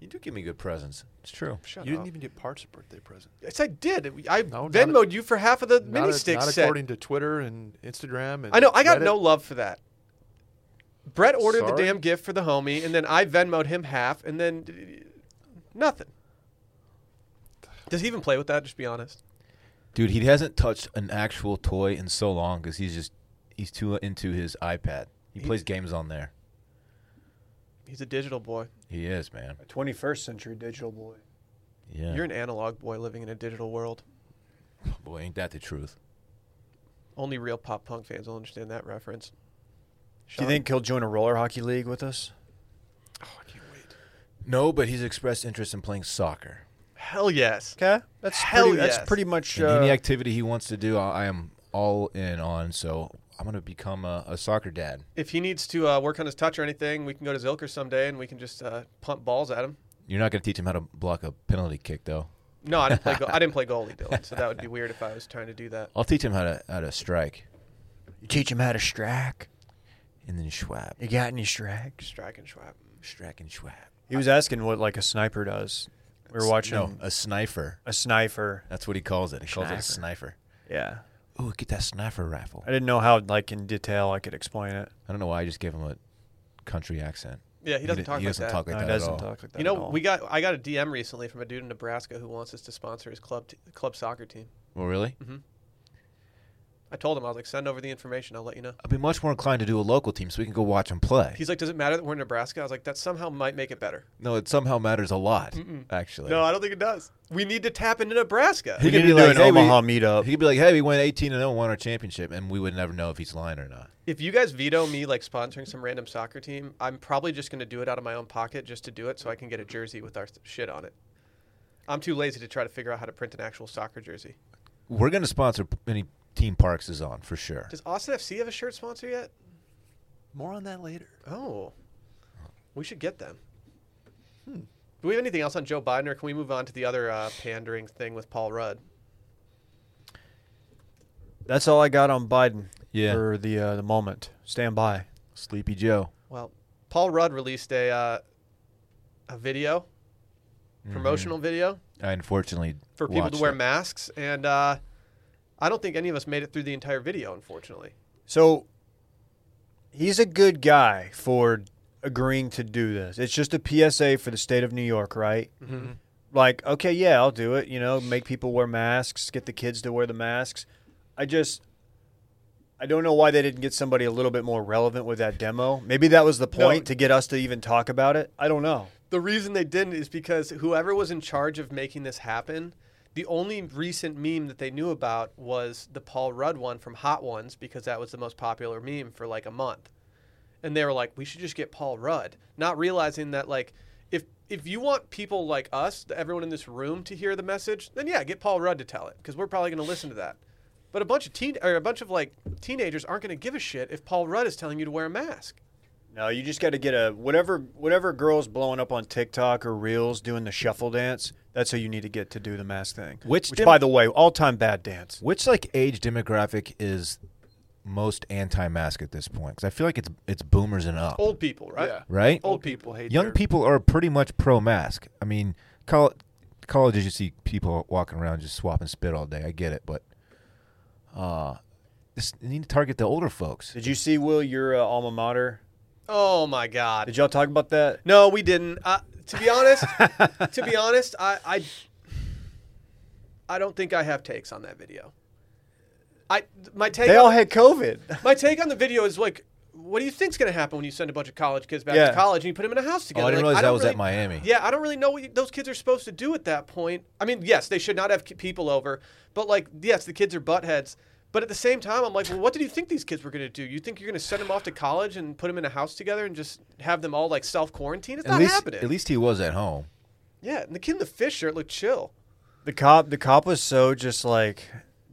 Speaker 3: You do give me good presents. It's true.
Speaker 1: Shut
Speaker 4: you
Speaker 1: up.
Speaker 4: didn't even get parts of birthday present.
Speaker 1: Yes, I did. I
Speaker 4: No, not
Speaker 1: Venmoed you for half of the mini
Speaker 4: not,
Speaker 1: stick
Speaker 4: not
Speaker 1: set.
Speaker 4: according to Twitter and Instagram. And
Speaker 1: I know. I got
Speaker 4: Reddit.
Speaker 1: no love for that. Brett ordered the
Speaker 4: Sorry?
Speaker 1: damn gift for the homie, and then I Venmoed him half, and then uh, nothing. Does he even play with that? Just be honest.
Speaker 3: Dude, he hasn't touched an actual toy in so long because he's just he's too into his iPad. He,
Speaker 1: He-
Speaker 3: plays games on there.
Speaker 1: He's a digital boy.
Speaker 3: He is, man.
Speaker 2: 21st century digital boy.
Speaker 3: Yeah.
Speaker 1: You're an analog boy living in a digital world.
Speaker 3: Boy, ain't that the truth.
Speaker 1: Only real pop punk fans will understand that reference.
Speaker 2: Do you
Speaker 1: Sean?
Speaker 2: think he'll join a roller hockey league with us?
Speaker 1: Oh, I can't wait.
Speaker 3: No, but he's expressed interest in playing soccer.
Speaker 1: Hell yes.
Speaker 2: Okay, that's
Speaker 1: Hell
Speaker 2: pretty,
Speaker 1: yes.
Speaker 2: that's pretty much.
Speaker 3: And
Speaker 2: Uh,
Speaker 3: any activity he wants to do, I I am all in on. So I'm gonna become a, a soccer dad.
Speaker 1: If he needs to uh, work on his touch or anything, we can go to Zilker someday and we can just uh, pump balls at him.
Speaker 3: You're not gonna teach him how to block a penalty kick, though.
Speaker 1: No, I didn't play. Go- I didn't play goalie, Dylan. So that would be weird if I was trying to do that.
Speaker 3: I'll teach him how to how to strike,
Speaker 2: you teach him how to strike.
Speaker 3: and then schwab,
Speaker 2: You got any strikes?
Speaker 1: Strike and Schwab.
Speaker 3: strike and schwab.
Speaker 2: He was asking what like a sniper does. We were watching
Speaker 3: No, a sniper.
Speaker 2: a sniper.
Speaker 3: That's what he calls it. He calls it a sniper.
Speaker 2: Yeah,
Speaker 3: Ooh, get that sniper rifle.
Speaker 2: I didn't know how like in detail I could explain it.
Speaker 3: I don't know why I just gave him a country accent.
Speaker 1: Yeah, he doesn't
Speaker 3: di-
Speaker 1: talk
Speaker 3: he
Speaker 1: like
Speaker 3: doesn't
Speaker 1: that.
Speaker 3: talk like
Speaker 2: No,
Speaker 3: that
Speaker 2: it
Speaker 3: at
Speaker 2: doesn't
Speaker 3: all.
Speaker 2: talk like that.
Speaker 1: you
Speaker 2: at
Speaker 1: know,
Speaker 2: all.
Speaker 1: we got I got a DM recently from a dude in Nebraska who wants us to sponsor his club t- club soccer team.
Speaker 3: Well, really?
Speaker 1: I told him I was like, send over the information. I'll let you know.
Speaker 3: I'd be much more inclined to do a local team so we can go watch him play.
Speaker 1: He's like, does it matter that we're in Nebraska? I was like, that somehow might make it better.
Speaker 3: no, it somehow matters a lot, actually.
Speaker 1: No, I don't think it does. We need to tap into Nebraska.
Speaker 2: He-
Speaker 3: could
Speaker 2: need to do an
Speaker 3: "Hey, we-"
Speaker 2: Omaha meetup.
Speaker 3: He could be like, "Hey, we went 18 and 0, won our championship," and we would never know if he's lying or not.
Speaker 1: If you guys veto me like sponsoring some random soccer team, I'm probably just going to do it out of my own pocket just to do it so I can get a jersey with our th- shit on it. I'm too lazy to try to figure out how to print an actual soccer jersey.
Speaker 3: We're going to sponsor p- any team Parks is on for sure.
Speaker 1: Does Austin FC have a shirt sponsor yet?
Speaker 4: More on that later.
Speaker 1: Oh, we should get them. Hmm. Do we have anything else on Joe Biden, or can we move on to the other uh, pandering thing with Paul Rudd?
Speaker 2: That's all I got on Biden.
Speaker 3: Yeah.
Speaker 2: For the uh, the moment, stand by.
Speaker 3: Sleepy Joe.
Speaker 1: Well, Paul Rudd released a uh, a video, promotional video
Speaker 3: I unfortunately
Speaker 1: for people to
Speaker 3: Mm-hmm. watched
Speaker 1: wear
Speaker 3: it.
Speaker 1: masks, and uh, I don't think any of us made it through the entire video, unfortunately.
Speaker 2: So he's a good guy for agreeing to do this. It's just a PSA for the state of New York, right? Like, okay, yeah, I'll do it. You know, make people wear masks, get the kids to wear the masks. I just, I don't know why they didn't get somebody a little bit more relevant with that demo. Maybe that was the point to get us to even talk about it. I don't know.
Speaker 1: The reason they didn't is because whoever was in charge of making this happen The only recent meme that they knew about was the Paul Rudd one from Hot Ones because that was the most popular meme for like a month. And they were like, we should just get Paul Rudd, not realizing that like if if you want people like us, everyone in this room to hear the message, then yeah, get Paul Rudd to tell it because we're probably going to listen to that. But a bunch of teen or a bunch of like teenagers aren't going to give a shit if Paul Rudd is telling you to wear a mask.
Speaker 2: No, you just got to get a whatever whatever girls blowing up on TikTok or Reels doing the shuffle dance. That's who you need to get to do the mask thing.
Speaker 3: Which
Speaker 2: which
Speaker 3: dem-
Speaker 2: by the way, all time bad dance.
Speaker 3: Which like age demographic is most anti-mask at this point? Because I feel like it's it's boomers and up,
Speaker 1: Old people, right?
Speaker 4: Yeah.
Speaker 3: right?
Speaker 1: old
Speaker 4: Old people hate
Speaker 3: Young
Speaker 4: their-
Speaker 3: people are pretty much pro-mask. I mean, col- colleges you see people walking around just swapping spit all day. I get it, but uh, this, you need to target the older folks.
Speaker 2: Did you see Will your uh, alma mater?
Speaker 1: Oh my god.
Speaker 2: Did y'all talk about that?
Speaker 1: No, we didn't. Uh, to be honest, to be honest, I, I I don't think I have takes on that video. I my take
Speaker 2: They
Speaker 1: on
Speaker 2: all
Speaker 1: the-
Speaker 2: had COVID.
Speaker 1: my take on the video is like, what do you think's going to happen when you send a bunch of college kids back
Speaker 2: Yeah.
Speaker 1: to college and you put them in a house
Speaker 3: Oh,
Speaker 1: together?
Speaker 3: I didn't
Speaker 1: Like,
Speaker 3: realize that
Speaker 1: don't
Speaker 3: was
Speaker 1: really-
Speaker 3: at Miami.
Speaker 1: Yeah, I don't really know what you, those kids are supposed to do at that point. I mean, yes, they should not have ki- people over, but like, yes, the kids are buttheads. But at the same time, I'm like, well, what did you think these kids were going to do? You think you're going to send them off to college and put them in a house together and just have them all like self quarantine? It's
Speaker 3: At
Speaker 1: not
Speaker 3: least,
Speaker 1: happening.
Speaker 3: at least he was at home.
Speaker 1: yeah, and the kid in the fish shirt looked chill.
Speaker 2: The cop the cop was so just like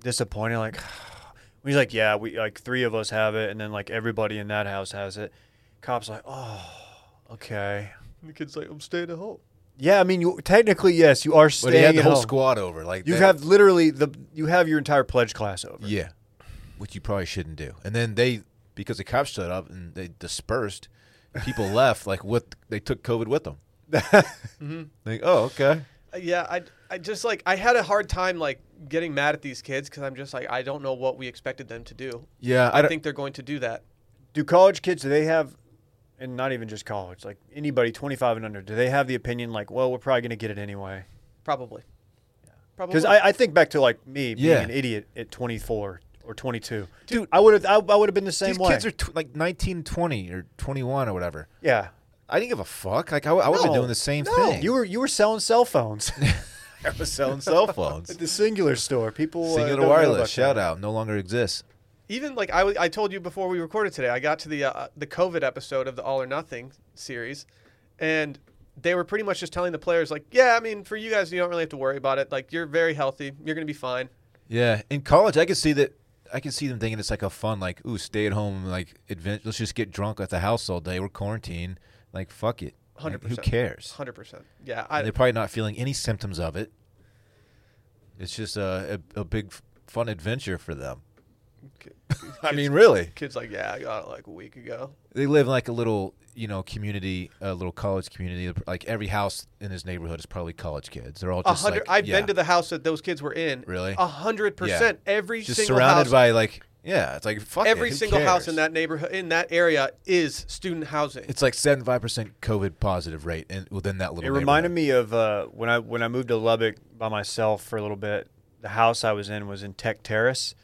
Speaker 2: disappointed like he's like, "Yeah, we like 3 of us have it and then like everybody in that house has it." Cops like, "Oh, okay."
Speaker 1: And the kid's like, I'm staying at home.
Speaker 2: Yeah, I mean, you technically yes, you are
Speaker 3: But
Speaker 2: staying
Speaker 3: he had the
Speaker 2: at
Speaker 3: whole
Speaker 2: home.
Speaker 3: squad over. Like
Speaker 2: You
Speaker 3: they-
Speaker 2: have literally the you have your entire pledge class over.
Speaker 3: Yeah, which you probably shouldn't do. And then they, because the cops shut up and they dispersed, people left. Like with they took COVID with them. Like, oh, okay.
Speaker 1: Uh, Yeah, I, I just like I had a hard time like getting mad at these kids because I'm just like I don't know what we expected them to do.
Speaker 3: Yeah, I,
Speaker 1: I
Speaker 3: don't,
Speaker 1: think they're going to do that.
Speaker 2: do college kids do they have and not even just college like anybody 25 and under do they have the opinion like well we're probably going to get it anyway
Speaker 1: Probably. Probably.
Speaker 2: because I, I think back to like me being
Speaker 3: Yeah.
Speaker 2: an idiot at 24 or 22 dude i would have I, I would have been the same
Speaker 3: these
Speaker 2: way
Speaker 3: kids are tw- like 19, 20, or twenty one or whatever.
Speaker 2: yeah
Speaker 3: I didn't give a fuck. Like I, would have been
Speaker 2: No.
Speaker 3: doing the same
Speaker 2: No,
Speaker 3: thing.
Speaker 2: you were you were selling cell phones
Speaker 3: I was selling cell
Speaker 2: at
Speaker 3: phones.
Speaker 2: the singular store people uh,
Speaker 3: Singular
Speaker 2: don't know
Speaker 3: wireless.
Speaker 2: about
Speaker 3: Shout
Speaker 2: that.
Speaker 3: out. No longer exists.
Speaker 1: even like I, w- I told you before we recorded today, I got to the uh, the COVID episode of the All or Nothing series, and they were pretty much just telling the players like, yeah, I mean, for you guys, you don't really have to worry about it. Like you're very healthy, you're gonna be fine.
Speaker 3: Yeah, in college, I could see that. I can see them thinking it's like a fun, like, ooh, stay at home, like, advent- let's just get drunk at the house all day. We're quarantined. Like, fuck it. Like, who
Speaker 1: 100%.
Speaker 3: cares?
Speaker 1: Hundred percent. Yeah,
Speaker 3: And
Speaker 1: I,
Speaker 3: they're probably not feeling any symptoms of it. It's just a, a, a big, f- fun adventure for them.
Speaker 1: ki-
Speaker 3: I mean, really.
Speaker 1: kids like, yeah, I got it like a week ago.
Speaker 3: They live like a little, you know, community, a little college community. Like, every house in this neighborhood is probably college kids. They're all
Speaker 1: A
Speaker 3: just.
Speaker 1: hundred.
Speaker 3: like,
Speaker 1: I've
Speaker 3: yeah,
Speaker 1: been to the house that those kids were in.
Speaker 3: Really?
Speaker 1: A hundred percent. Every
Speaker 3: Just
Speaker 1: single
Speaker 3: surrounded
Speaker 1: house.
Speaker 3: by, like, yeah, it's like, fuck it,
Speaker 1: every
Speaker 3: who
Speaker 1: single house in
Speaker 3: cares?
Speaker 1: that neighborhood in that area is student housing.
Speaker 3: It's like seventy five percent COVID positive rate in, within that little.
Speaker 2: it reminded
Speaker 3: neighborhood.
Speaker 2: me of uh, when I when I moved to Lubbock by myself for a little bit. The house I was in was in Tech Terrace,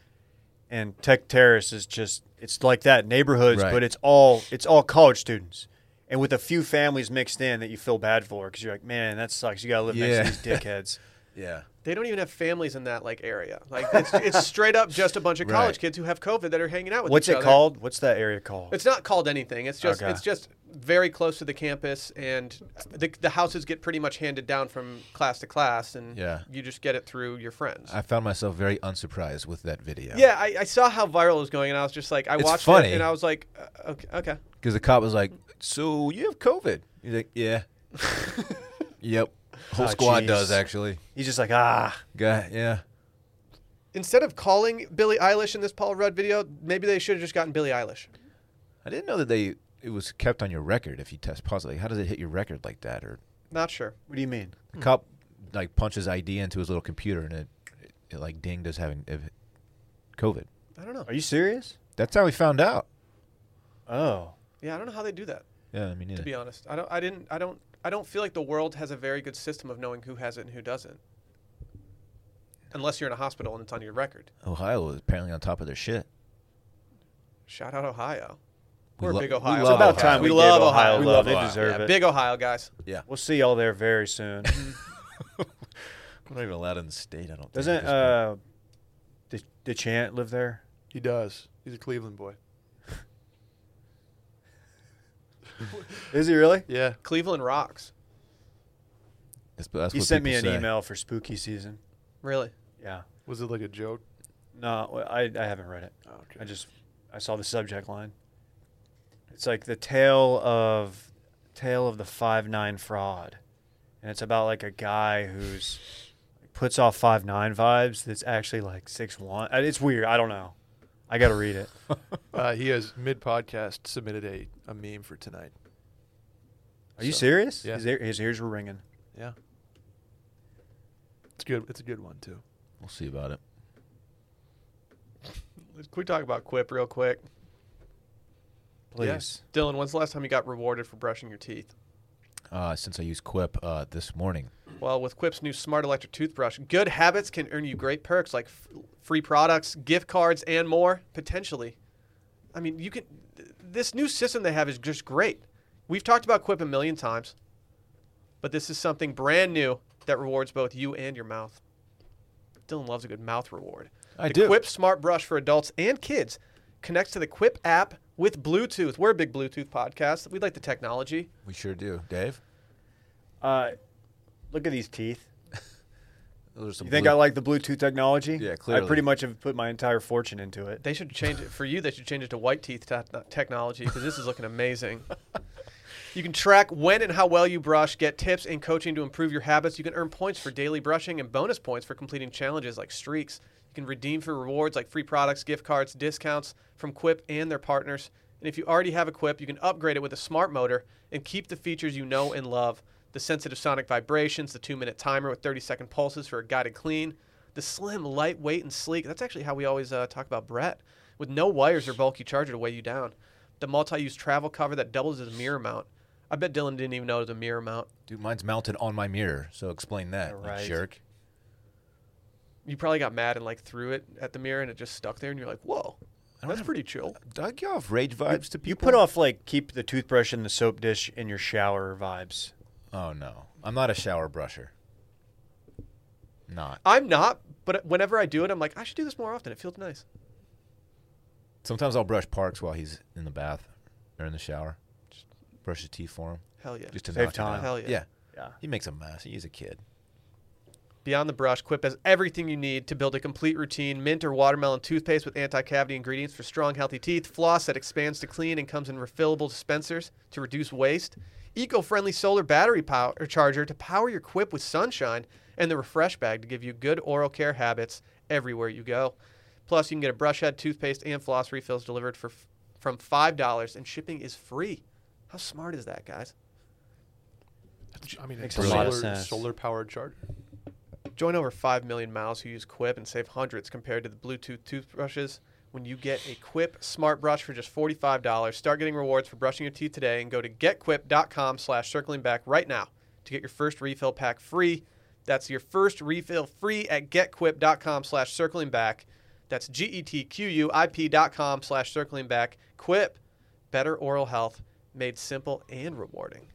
Speaker 2: and Tech Terrace is just it's like that neighborhoods,
Speaker 3: Right.
Speaker 2: but it's all it's all college students, and with a few families mixed in that you feel bad for because you're like, man, that sucks. You gotta live
Speaker 3: Yeah.
Speaker 2: next to these dickheads.
Speaker 3: Yeah,
Speaker 1: they don't even have families in that like area. Like it's, it's straight up just a bunch of college
Speaker 3: Right.
Speaker 1: kids who have COVID that are hanging out with
Speaker 2: What's
Speaker 1: each
Speaker 2: it
Speaker 1: other.
Speaker 2: called? What's that area called?
Speaker 1: It's not called anything. It's just
Speaker 2: Okay.
Speaker 1: it's just very close to the campus, and the, the houses get pretty much handed down from class to class, and
Speaker 3: Yeah.
Speaker 1: you just get it through your friends.
Speaker 3: I found myself very unsurprised with that video.
Speaker 1: yeah, I, I saw how viral it was going, and I was just like, I
Speaker 3: It's
Speaker 1: watched
Speaker 3: funny.
Speaker 1: it, and I was like, uh, okay, okay.
Speaker 3: because the cop was like, "So you have COVID?" He's like, "Yeah." yep. Whole
Speaker 1: Ah,
Speaker 2: Oh,
Speaker 3: squad
Speaker 2: jeez.
Speaker 3: does actually.
Speaker 2: He's just like, ah,
Speaker 3: Guy, yeah.
Speaker 1: Instead of calling Billie Eilish in this Paul Rudd video, maybe they should have just gotten Billie Eilish.
Speaker 3: I didn't know that they it was kept on your record if you test positive. Like, how does it hit your record like that? Or
Speaker 1: Not sure.
Speaker 2: what do you mean?
Speaker 1: Hmm.
Speaker 3: the cop like punches ID into his little computer and it, it, like dinged as having if- COVID.
Speaker 1: I don't know.
Speaker 2: Are you serious?
Speaker 3: That's how we found out.
Speaker 2: Oh,
Speaker 1: Yeah, I don't know how they do that.
Speaker 3: Yeah, I mean,
Speaker 1: to be honest. I don't. I didn't. I don't. I don't feel like the world has a very good system of knowing who has it and who doesn't. Unless you're in a hospital and it's on your record.
Speaker 3: Ohio was apparently on top of their shit.
Speaker 1: Shout out Ohio.
Speaker 3: We
Speaker 1: We're
Speaker 3: lo-
Speaker 1: big
Speaker 3: we
Speaker 1: Ohio.
Speaker 3: love
Speaker 2: it's about
Speaker 3: Ohio.
Speaker 2: time we,
Speaker 1: We love
Speaker 2: gave Ohio
Speaker 1: Ohio. We
Speaker 2: love.
Speaker 3: love
Speaker 2: They
Speaker 3: Ohio.
Speaker 2: deserve
Speaker 1: yeah,
Speaker 2: it.
Speaker 1: big Ohio guys.
Speaker 2: We'll see y'all there very soon.
Speaker 3: We're not even allowed in the state. I don't. think.
Speaker 2: Doesn't
Speaker 3: at this
Speaker 2: uh, the the Chant live there?
Speaker 4: He does. He's a Cleveland boy.
Speaker 2: Is he really?
Speaker 4: Yeah.
Speaker 1: Cleveland rocks.
Speaker 3: point. That's- that's
Speaker 2: he
Speaker 3: what
Speaker 2: sent me
Speaker 3: people
Speaker 2: an
Speaker 3: say.
Speaker 2: email for spooky season.
Speaker 1: Really?
Speaker 2: Yeah.
Speaker 4: Was it like a joke?
Speaker 2: No, well, I I haven't read it.
Speaker 4: Okay.
Speaker 2: I just I saw the subject line. It's like the tale of tale of the five nine fraud, and it's about like a guy who's puts off five nine vibes. That's actually like six one. It's weird. I don't know. I got to read it.
Speaker 4: Uh, he has mid podcast submitted a, a meme for tonight.
Speaker 2: Are you
Speaker 4: So,
Speaker 2: serious?
Speaker 4: yeah.
Speaker 2: His, ear- his ears were ringing.
Speaker 4: Yeah. It's good. It's a good one too.
Speaker 3: We'll see about it.
Speaker 1: Can we talk about Quip real quick?
Speaker 2: Please.
Speaker 1: Dylan, when's the last time you got rewarded for brushing your teeth?
Speaker 3: Uh, since I used Quip uh, this morning,
Speaker 1: Well, with Quip's new smart electric toothbrush, good habits can earn you great perks like f- free products, gift cards, and more potentially. I mean, you can. th- This new system they have is just great. We've talked about Quip a million times, but this is something brand new that rewards both you and your mouth. Dylan loves a good mouth reward.
Speaker 3: I
Speaker 1: the
Speaker 3: do.
Speaker 1: Quip Smart Brush for adults and kids connects to the Quip app with Bluetooth. We're a big Bluetooth podcast. We like the technology.
Speaker 3: we sure do, Dave.
Speaker 2: Uh, look at these teeth.
Speaker 3: Those are some
Speaker 2: You think
Speaker 3: blue-
Speaker 2: I like the Bluetooth technology?
Speaker 3: Yeah,
Speaker 2: I
Speaker 3: clearly.
Speaker 2: pretty much have put my entire fortune into it.
Speaker 1: They should change it for you. They should change it to white teeth te- technology because this is looking amazing. You can track when and how well you brush, get tips and coaching to improve your habits. You can earn points for daily brushing and bonus points for completing challenges like streaks. You can redeem for rewards like free products, gift cards, discounts from Quip and their partners. And if you already have a Quip, you can upgrade it with a smart motor and keep the features you know and love the sensitive sonic vibrations, the two minute timer with 30 second pulses for a guided clean, the slim, lightweight, and sleek. That's actually how we always uh, talk about Brett with no wires or bulky charger to weigh you down. The multi use travel cover that doubles as a mirror mount. I bet Dylan didn't even know it was a mirror mount.
Speaker 3: Dude, mine's mounted on my mirror, so explain that, you
Speaker 2: Right.
Speaker 3: jerk.
Speaker 1: You probably got mad and like threw it at the mirror and it just stuck there and you're like, whoa, that's
Speaker 3: have-
Speaker 1: pretty chill.
Speaker 3: Do I give off rage vibes to people?
Speaker 2: You put off like keep the toothbrush in the soap dish in your shower vibes.
Speaker 3: Oh no, I'm not a shower brusher. Not.
Speaker 1: I'm not, but whenever I do it, I'm like, I should do this more often. It feels nice.
Speaker 3: Sometimes I'll brush Parks while he's in the bath or in the shower. Just brush his teeth for him,
Speaker 1: Hell yeah.
Speaker 3: just to
Speaker 2: Save
Speaker 3: knock it
Speaker 2: time.
Speaker 3: out.
Speaker 1: Hell yeah.
Speaker 3: Yeah,
Speaker 2: Yeah.
Speaker 3: he makes a mess. He's a kid.
Speaker 1: Beyond the Brush, Quip has everything you need to build a complete routine mint or watermelon toothpaste with anti cavity ingredients for strong, healthy teeth, floss that expands to clean and comes in refillable dispensers to reduce waste, eco friendly solar battery power, or charger to power your Quip with sunshine, and the refresh bag to give you good oral care habits everywhere you go. Plus, you can get a brush head, toothpaste, and floss refills delivered for f- from $5, and shipping is free. How smart is that, guys?
Speaker 4: I mean,
Speaker 2: Makes
Speaker 3: a
Speaker 4: a
Speaker 3: lot
Speaker 2: of
Speaker 4: solar,
Speaker 2: sense.
Speaker 4: solar powered charger.
Speaker 1: Join over 5 million mouths who use Quip and save hundreds compared to the Bluetooth toothbrushes when you get a Quip smart brush for just $45. Start getting rewards for brushing your teeth today and go to getquip.com slash circling back right now to get your first refill pack free. That's your first refill free at getquip.com slash circling back. That's E G-E-T-Q-U-I-P dot com slash circling back. Quip, better oral health made simple and rewarding.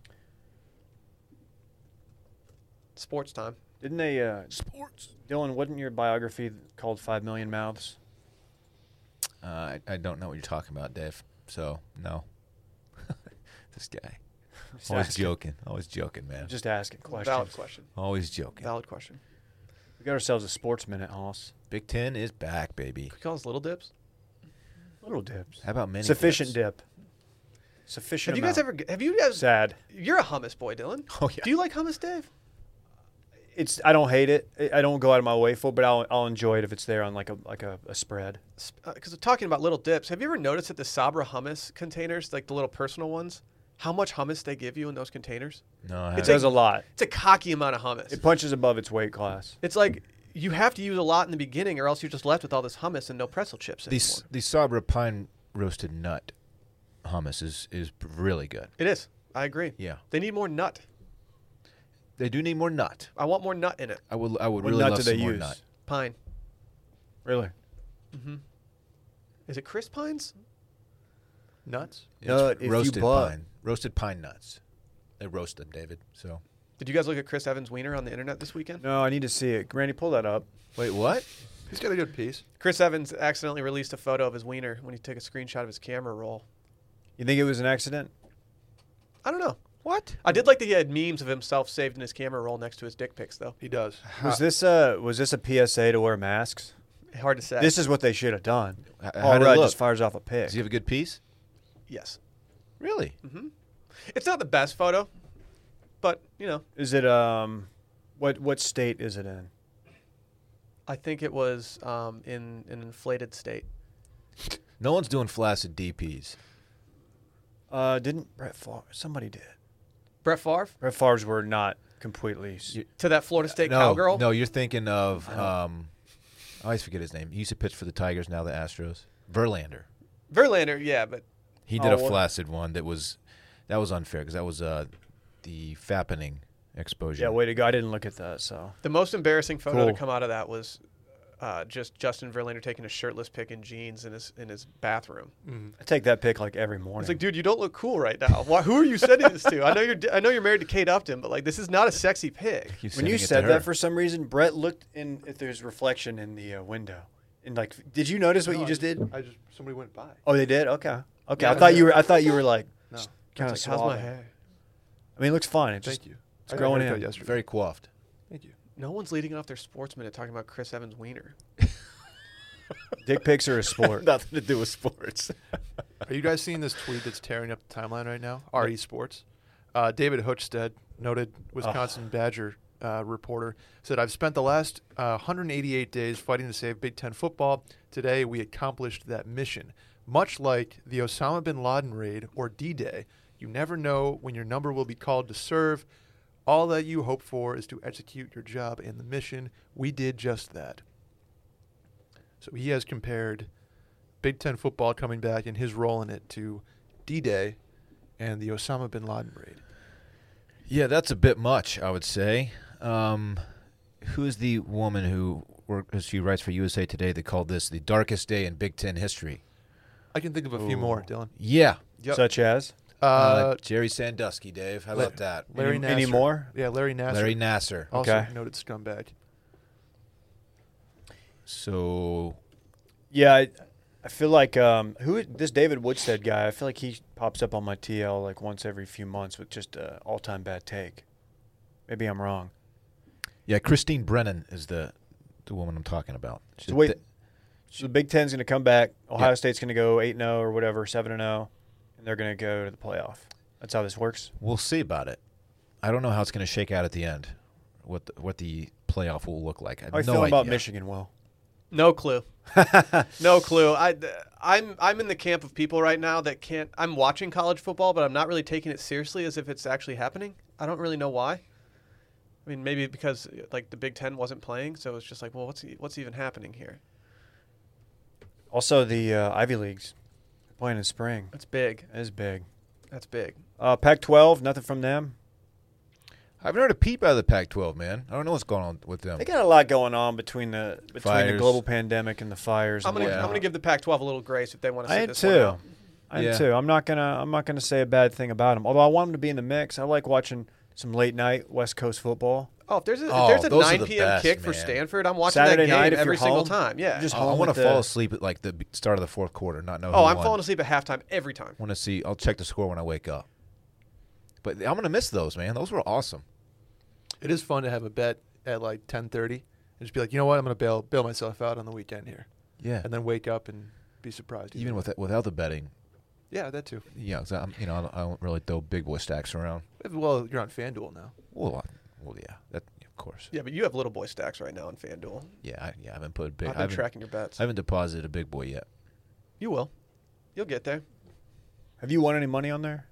Speaker 1: Sports time.
Speaker 2: Didn't they, uh,
Speaker 3: Sports.
Speaker 2: Dylan? Wasn't your biography called Five Million Mouths?
Speaker 3: Uh, I, I don't know what you're talking about, Dave. So no. this guy.
Speaker 2: Just
Speaker 3: Always
Speaker 2: asking-
Speaker 3: joking. Always joking, man.
Speaker 2: Just asking questions.
Speaker 1: Valid question.
Speaker 3: Always joking.
Speaker 1: Valid question.
Speaker 2: We got ourselves a sports minute, Hoss.
Speaker 3: Big Ten is back, baby.
Speaker 1: Could you call us little dips?
Speaker 2: Little dips.
Speaker 3: How about many?
Speaker 2: Sufficient
Speaker 3: dips?
Speaker 2: dip. Sufficient.
Speaker 1: Have you guys
Speaker 2: amount.
Speaker 1: ever? Have you guys?
Speaker 2: sad?
Speaker 1: You're a hummus boy, Dylan.
Speaker 3: Oh, yeah.
Speaker 1: Do you like hummus, Dave?
Speaker 2: It's. I don't hate it. I- I don't go out of my way for, it, but I'll, I'll enjoy it if it's there on like a like a, a spread.
Speaker 1: Because uh, talking about little dips, have you ever noticed that the Sabra hummus containers, like the little personal ones, how much hummus they give you in those containers?
Speaker 3: No, I
Speaker 2: It
Speaker 3: haven't.
Speaker 2: does a lot.
Speaker 1: It's a cocky amount of hummus.
Speaker 2: It punches above its weight class.
Speaker 1: it's like you have to use a lot in the beginning, or else you're just left with all this hummus and no pretzel chips
Speaker 3: the
Speaker 1: anymore.
Speaker 3: s- the Sabra pine roasted nut hummus is is really good.
Speaker 1: it is. I agree.
Speaker 3: Yeah,
Speaker 1: They need more nut.
Speaker 3: they do need more nut.
Speaker 1: I want more nut in it.
Speaker 3: I would I would
Speaker 2: What
Speaker 3: really
Speaker 2: nut
Speaker 3: love
Speaker 2: do they
Speaker 3: some more
Speaker 2: use?
Speaker 3: nut.
Speaker 1: Pine. Mm-hmm.
Speaker 2: Really?
Speaker 1: Is it crisp pines?
Speaker 4: Nuts.
Speaker 3: It's
Speaker 2: Nut if you
Speaker 3: roasted
Speaker 2: buy-
Speaker 3: pine, roasted pine nuts. They roast them, David. So
Speaker 1: Did you guys look at Chris Evans' wiener on the internet this weekend?
Speaker 2: No, I need to see it. Randy, pull that up.
Speaker 3: Wait, what?
Speaker 4: He's got a good piece.
Speaker 1: Chris Evans accidentally released a photo of his wiener when he took a screenshot of his camera roll.
Speaker 2: You think it was an accident?
Speaker 1: I don't know.
Speaker 4: What?
Speaker 1: I did like that he had memes of himself saved in his camera roll next to his dick pics, though.
Speaker 4: He does.
Speaker 2: Was this a was this a PSA to wear masks?
Speaker 1: Hard to say.
Speaker 2: This is what they should have done.
Speaker 3: H-
Speaker 2: Paul
Speaker 3: how'd it
Speaker 2: Rudd
Speaker 3: look?
Speaker 2: just fires off a pick.
Speaker 3: Does he have a good piece?
Speaker 1: yes. Mm-hmm.
Speaker 3: Really?
Speaker 1: It's not the best photo, but, you know,
Speaker 2: Is it um, what what state is it in?
Speaker 1: I think it was um, in an inflated state.
Speaker 3: No one's doing flaccid DPs.
Speaker 2: Uh, didn't Brett Favre? Somebody did.
Speaker 1: Brett Favre
Speaker 2: Brett Favre's were not completely. s-
Speaker 3: You-
Speaker 1: to that Florida State
Speaker 3: no,
Speaker 1: cowgirl.
Speaker 3: No, you're thinking of. Um, I always forget his name. He used to pitch for the Tigers, now the Astros. Verlander.
Speaker 1: Verlander, yeah, but
Speaker 3: He did
Speaker 2: Oh,
Speaker 3: a
Speaker 2: what-
Speaker 3: flaccid one that was that was unfair because that was uh, the fappening exposure.
Speaker 2: yeah, way to go! I didn't look at that. So
Speaker 1: the most embarrassing photo to
Speaker 2: Cool.
Speaker 1: come out of that was uh, just Justin Verlander taking a shirtless pic in jeans in his in his bathroom.
Speaker 4: Mm.
Speaker 2: I take that pick like every morning.
Speaker 1: It's like, dude, you don't look cool right now. Why, who are you sending this to? I know you're I know you're married to Kate Upton, but like this is not a sexy pic.
Speaker 3: Keep
Speaker 2: when
Speaker 3: sending
Speaker 2: you
Speaker 3: it to
Speaker 2: said
Speaker 3: her.
Speaker 2: that, for some reason, Brett looked in at his reflection in the uh, window, and like, did you notice what
Speaker 4: No,
Speaker 2: you
Speaker 4: I
Speaker 2: just did?
Speaker 4: I just somebody went by.
Speaker 2: Oh, they did. Okay, okay.
Speaker 1: Yeah,
Speaker 2: I
Speaker 1: I
Speaker 2: thought
Speaker 1: did.
Speaker 2: you were. I thought you were like,
Speaker 4: No.
Speaker 2: kind of
Speaker 1: It's like, how's my hair?
Speaker 2: I mean, it looks fine. It just
Speaker 4: Thank you.
Speaker 2: it's growing
Speaker 4: heard
Speaker 2: in.
Speaker 4: that yesterday.
Speaker 3: very coiffed.
Speaker 4: Thank you.
Speaker 1: No one's leading off their sportsman and talking about Chris Evans' wiener.
Speaker 2: dick pics are a sport.
Speaker 3: Nothing to do with sports.
Speaker 4: Are you guys seeing this tweet that's tearing up the timeline right now? RE Sports. Uh, David Hochstead, noted Wisconsin Badger uh, reporter, said, I've spent the last uh, 188 days fighting to save Big Ten football. Today, we accomplished that mission. Much like the Osama bin Laden raid or D Day, you never know when your number will be called to serve. All that you hope for is to execute your job and the mission. We did just that. So he has compared Big Ten football coming back and his role in it to D Day and the Osama bin Laden raid.
Speaker 3: Yeah, that's a bit much, I would say. Um, who is the woman who work, she writes for USA Today that called this the darkest day in Big Ten history?
Speaker 4: I can think of a few more, Dylan.
Speaker 3: Yeah.
Speaker 4: Yep.
Speaker 2: Such as
Speaker 4: Uh,
Speaker 3: Uh, Jerry Sandusky, Dave. How about that?
Speaker 4: Larry
Speaker 2: any-
Speaker 4: Nassar.
Speaker 2: any more?
Speaker 4: Yeah, Larry Nassar.
Speaker 3: Larry Nasser.
Speaker 4: also
Speaker 2: Okay.
Speaker 4: noted scumbag.
Speaker 3: So
Speaker 2: yeah, I, I feel like um, who this David Woodstead guy. I feel like he pops up on my TL like once every few months with just a all time bad take. Maybe I'm wrong.
Speaker 3: yeah, Christine Brennan is the the woman I'm talking about. She's
Speaker 2: So
Speaker 3: a
Speaker 2: wait,
Speaker 3: thi-
Speaker 2: so the Big Ten's going to come back. Ohio
Speaker 3: Yeah.
Speaker 2: State's going to go eight zero or whatever, seven and zero, and they're going to go to the playoff. That's how this works.
Speaker 3: we'll see about it. I don't know how it's going to shake out at the end. What the, what the playoff will look like? I have
Speaker 2: How are you
Speaker 3: no
Speaker 2: feeling about
Speaker 3: idea.
Speaker 2: Michigan? Will
Speaker 1: No clue. no clue. I, I'm I'm in the camp of people right now that can't. I'm watching college football, but I'm not really taking it seriously as if it's actually happening. I don't really know why. I mean, maybe because like the Big Ten wasn't playing, so it's just like, well, what's e- what's even happening here?
Speaker 2: also the uh, Ivy leagues they're playing in spring.
Speaker 1: That's big.
Speaker 2: That is big.
Speaker 1: That's big.
Speaker 2: Uh, Pac-12, nothing from them.
Speaker 3: I haven't heard a peep out of the Pac-12, man. I don't know what's going on with them.
Speaker 2: They got a lot going on between the between the
Speaker 3: Fires.
Speaker 2: global pandemic and the fires.
Speaker 1: I'm
Speaker 2: and
Speaker 1: gonna
Speaker 3: Yeah.
Speaker 1: I'm gonna give the Pac-12 a little grace if they want to.
Speaker 2: I
Speaker 1: sit
Speaker 2: am
Speaker 1: this one
Speaker 2: too.
Speaker 1: out.
Speaker 2: I am
Speaker 3: Yeah.
Speaker 2: too. I'm not gonna I'm not gonna say a bad thing about them. Although I want them to be in the mix. I like watching some late night West Coast football.
Speaker 1: Oh, if there's a,
Speaker 3: Oh,
Speaker 1: if there's a
Speaker 3: those are
Speaker 1: 9
Speaker 3: the
Speaker 1: p.m.
Speaker 3: best,
Speaker 1: kick for
Speaker 3: man.
Speaker 1: Stanford, I'm watching
Speaker 2: Saturday
Speaker 1: that game
Speaker 2: night if
Speaker 1: every
Speaker 2: you're
Speaker 1: single
Speaker 2: home,
Speaker 1: time. Yeah.
Speaker 2: just-
Speaker 3: I- I
Speaker 2: home
Speaker 3: want
Speaker 2: with
Speaker 3: to
Speaker 2: the-
Speaker 3: fall asleep at like the be- start of the fourth quarter, not know.
Speaker 1: oh,
Speaker 3: who
Speaker 1: I'm
Speaker 3: won.
Speaker 1: falling asleep at halftime every time.
Speaker 3: I want to see. I'll check the score when I wake up. But I'm gonna miss those, man. Those were awesome.
Speaker 4: It is fun to have a bet at like 10:30 and just be like, you know what, I'm going to bail bail myself out on the weekend here,
Speaker 3: Yeah.
Speaker 4: and then wake up and be surprised.
Speaker 3: Even with without the betting,
Speaker 4: yeah, that too.
Speaker 3: yeah, 'cause I'm, you know, I don't, I don't really throw big boy stacks around.
Speaker 4: Well, you're on FanDuel now.
Speaker 3: Well, I, well, yeah, that of course.
Speaker 1: Yeah, but you have little boy stacks right now in FanDuel.
Speaker 3: Yeah, I, yeah, I haven't put big.
Speaker 1: I've
Speaker 3: I
Speaker 1: been
Speaker 3: haven't,
Speaker 1: tracking your bets.
Speaker 3: I haven't deposited a big boy yet.
Speaker 1: You will. You'll get there.
Speaker 2: Have you won any money on there?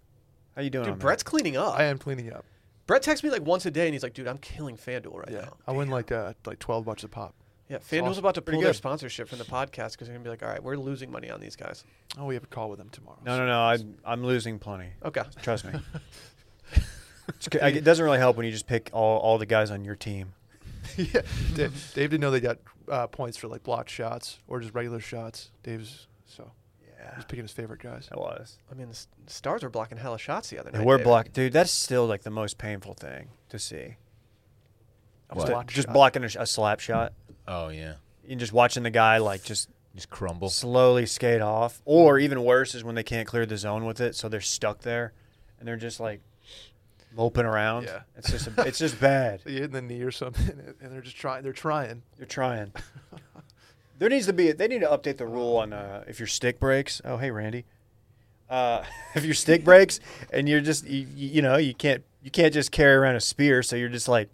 Speaker 2: How you doing?
Speaker 1: Dude,
Speaker 2: on that?
Speaker 1: Brett's cleaning up.
Speaker 4: I am cleaning up.
Speaker 1: Brett texts me like once a day and he's like, dude, I'm killing FanDuel right
Speaker 4: Yeah,
Speaker 1: now.
Speaker 4: I win like uh, like 12 bucks a pop.
Speaker 1: Yeah, FanDuel's
Speaker 4: awesome.
Speaker 1: about to
Speaker 2: Pretty
Speaker 1: pull their
Speaker 2: good.
Speaker 1: sponsorship from the podcast because they're going to be like, all right, we're losing money on these guys.
Speaker 4: Oh, we have a call with them tomorrow.
Speaker 2: No, no, no. I, I'm losing plenty.
Speaker 1: Okay.
Speaker 2: Trust me. It's c- I- it doesn't really help when you just pick all, all the guys on your team.
Speaker 4: yeah, Dave, Dave didn't know they got uh, points for like blocked shots or just regular shots. Dave's so
Speaker 2: Yeah,
Speaker 4: he's picking his favorite guys.
Speaker 2: that was.
Speaker 1: I mean, the S- Stars were blocking hella shots the other night.
Speaker 2: They were
Speaker 1: David.
Speaker 2: blocked, dude. That's still like the most painful thing. to see.
Speaker 1: A
Speaker 3: What?
Speaker 1: block
Speaker 2: just
Speaker 1: shot.
Speaker 2: blocking a, sh- a slap shot
Speaker 3: Oh yeah,
Speaker 2: and just watching the guy like just
Speaker 3: just crumble.
Speaker 2: slowly skate off. Or even worse is when they can't clear the zone with it, so they're stuck there and they're just like moping around.
Speaker 4: Yeah.
Speaker 2: It's just a, it's just bad.
Speaker 4: You hit in the knee or something, and they're just trying. They're trying.
Speaker 2: You're trying. There needs to be. They need to update the rule on uh, if your stick breaks. Oh, hey, Randy. Uh, if your stick breaks and you're just you, you you know you can't you can't just carry around a spear, so you're just like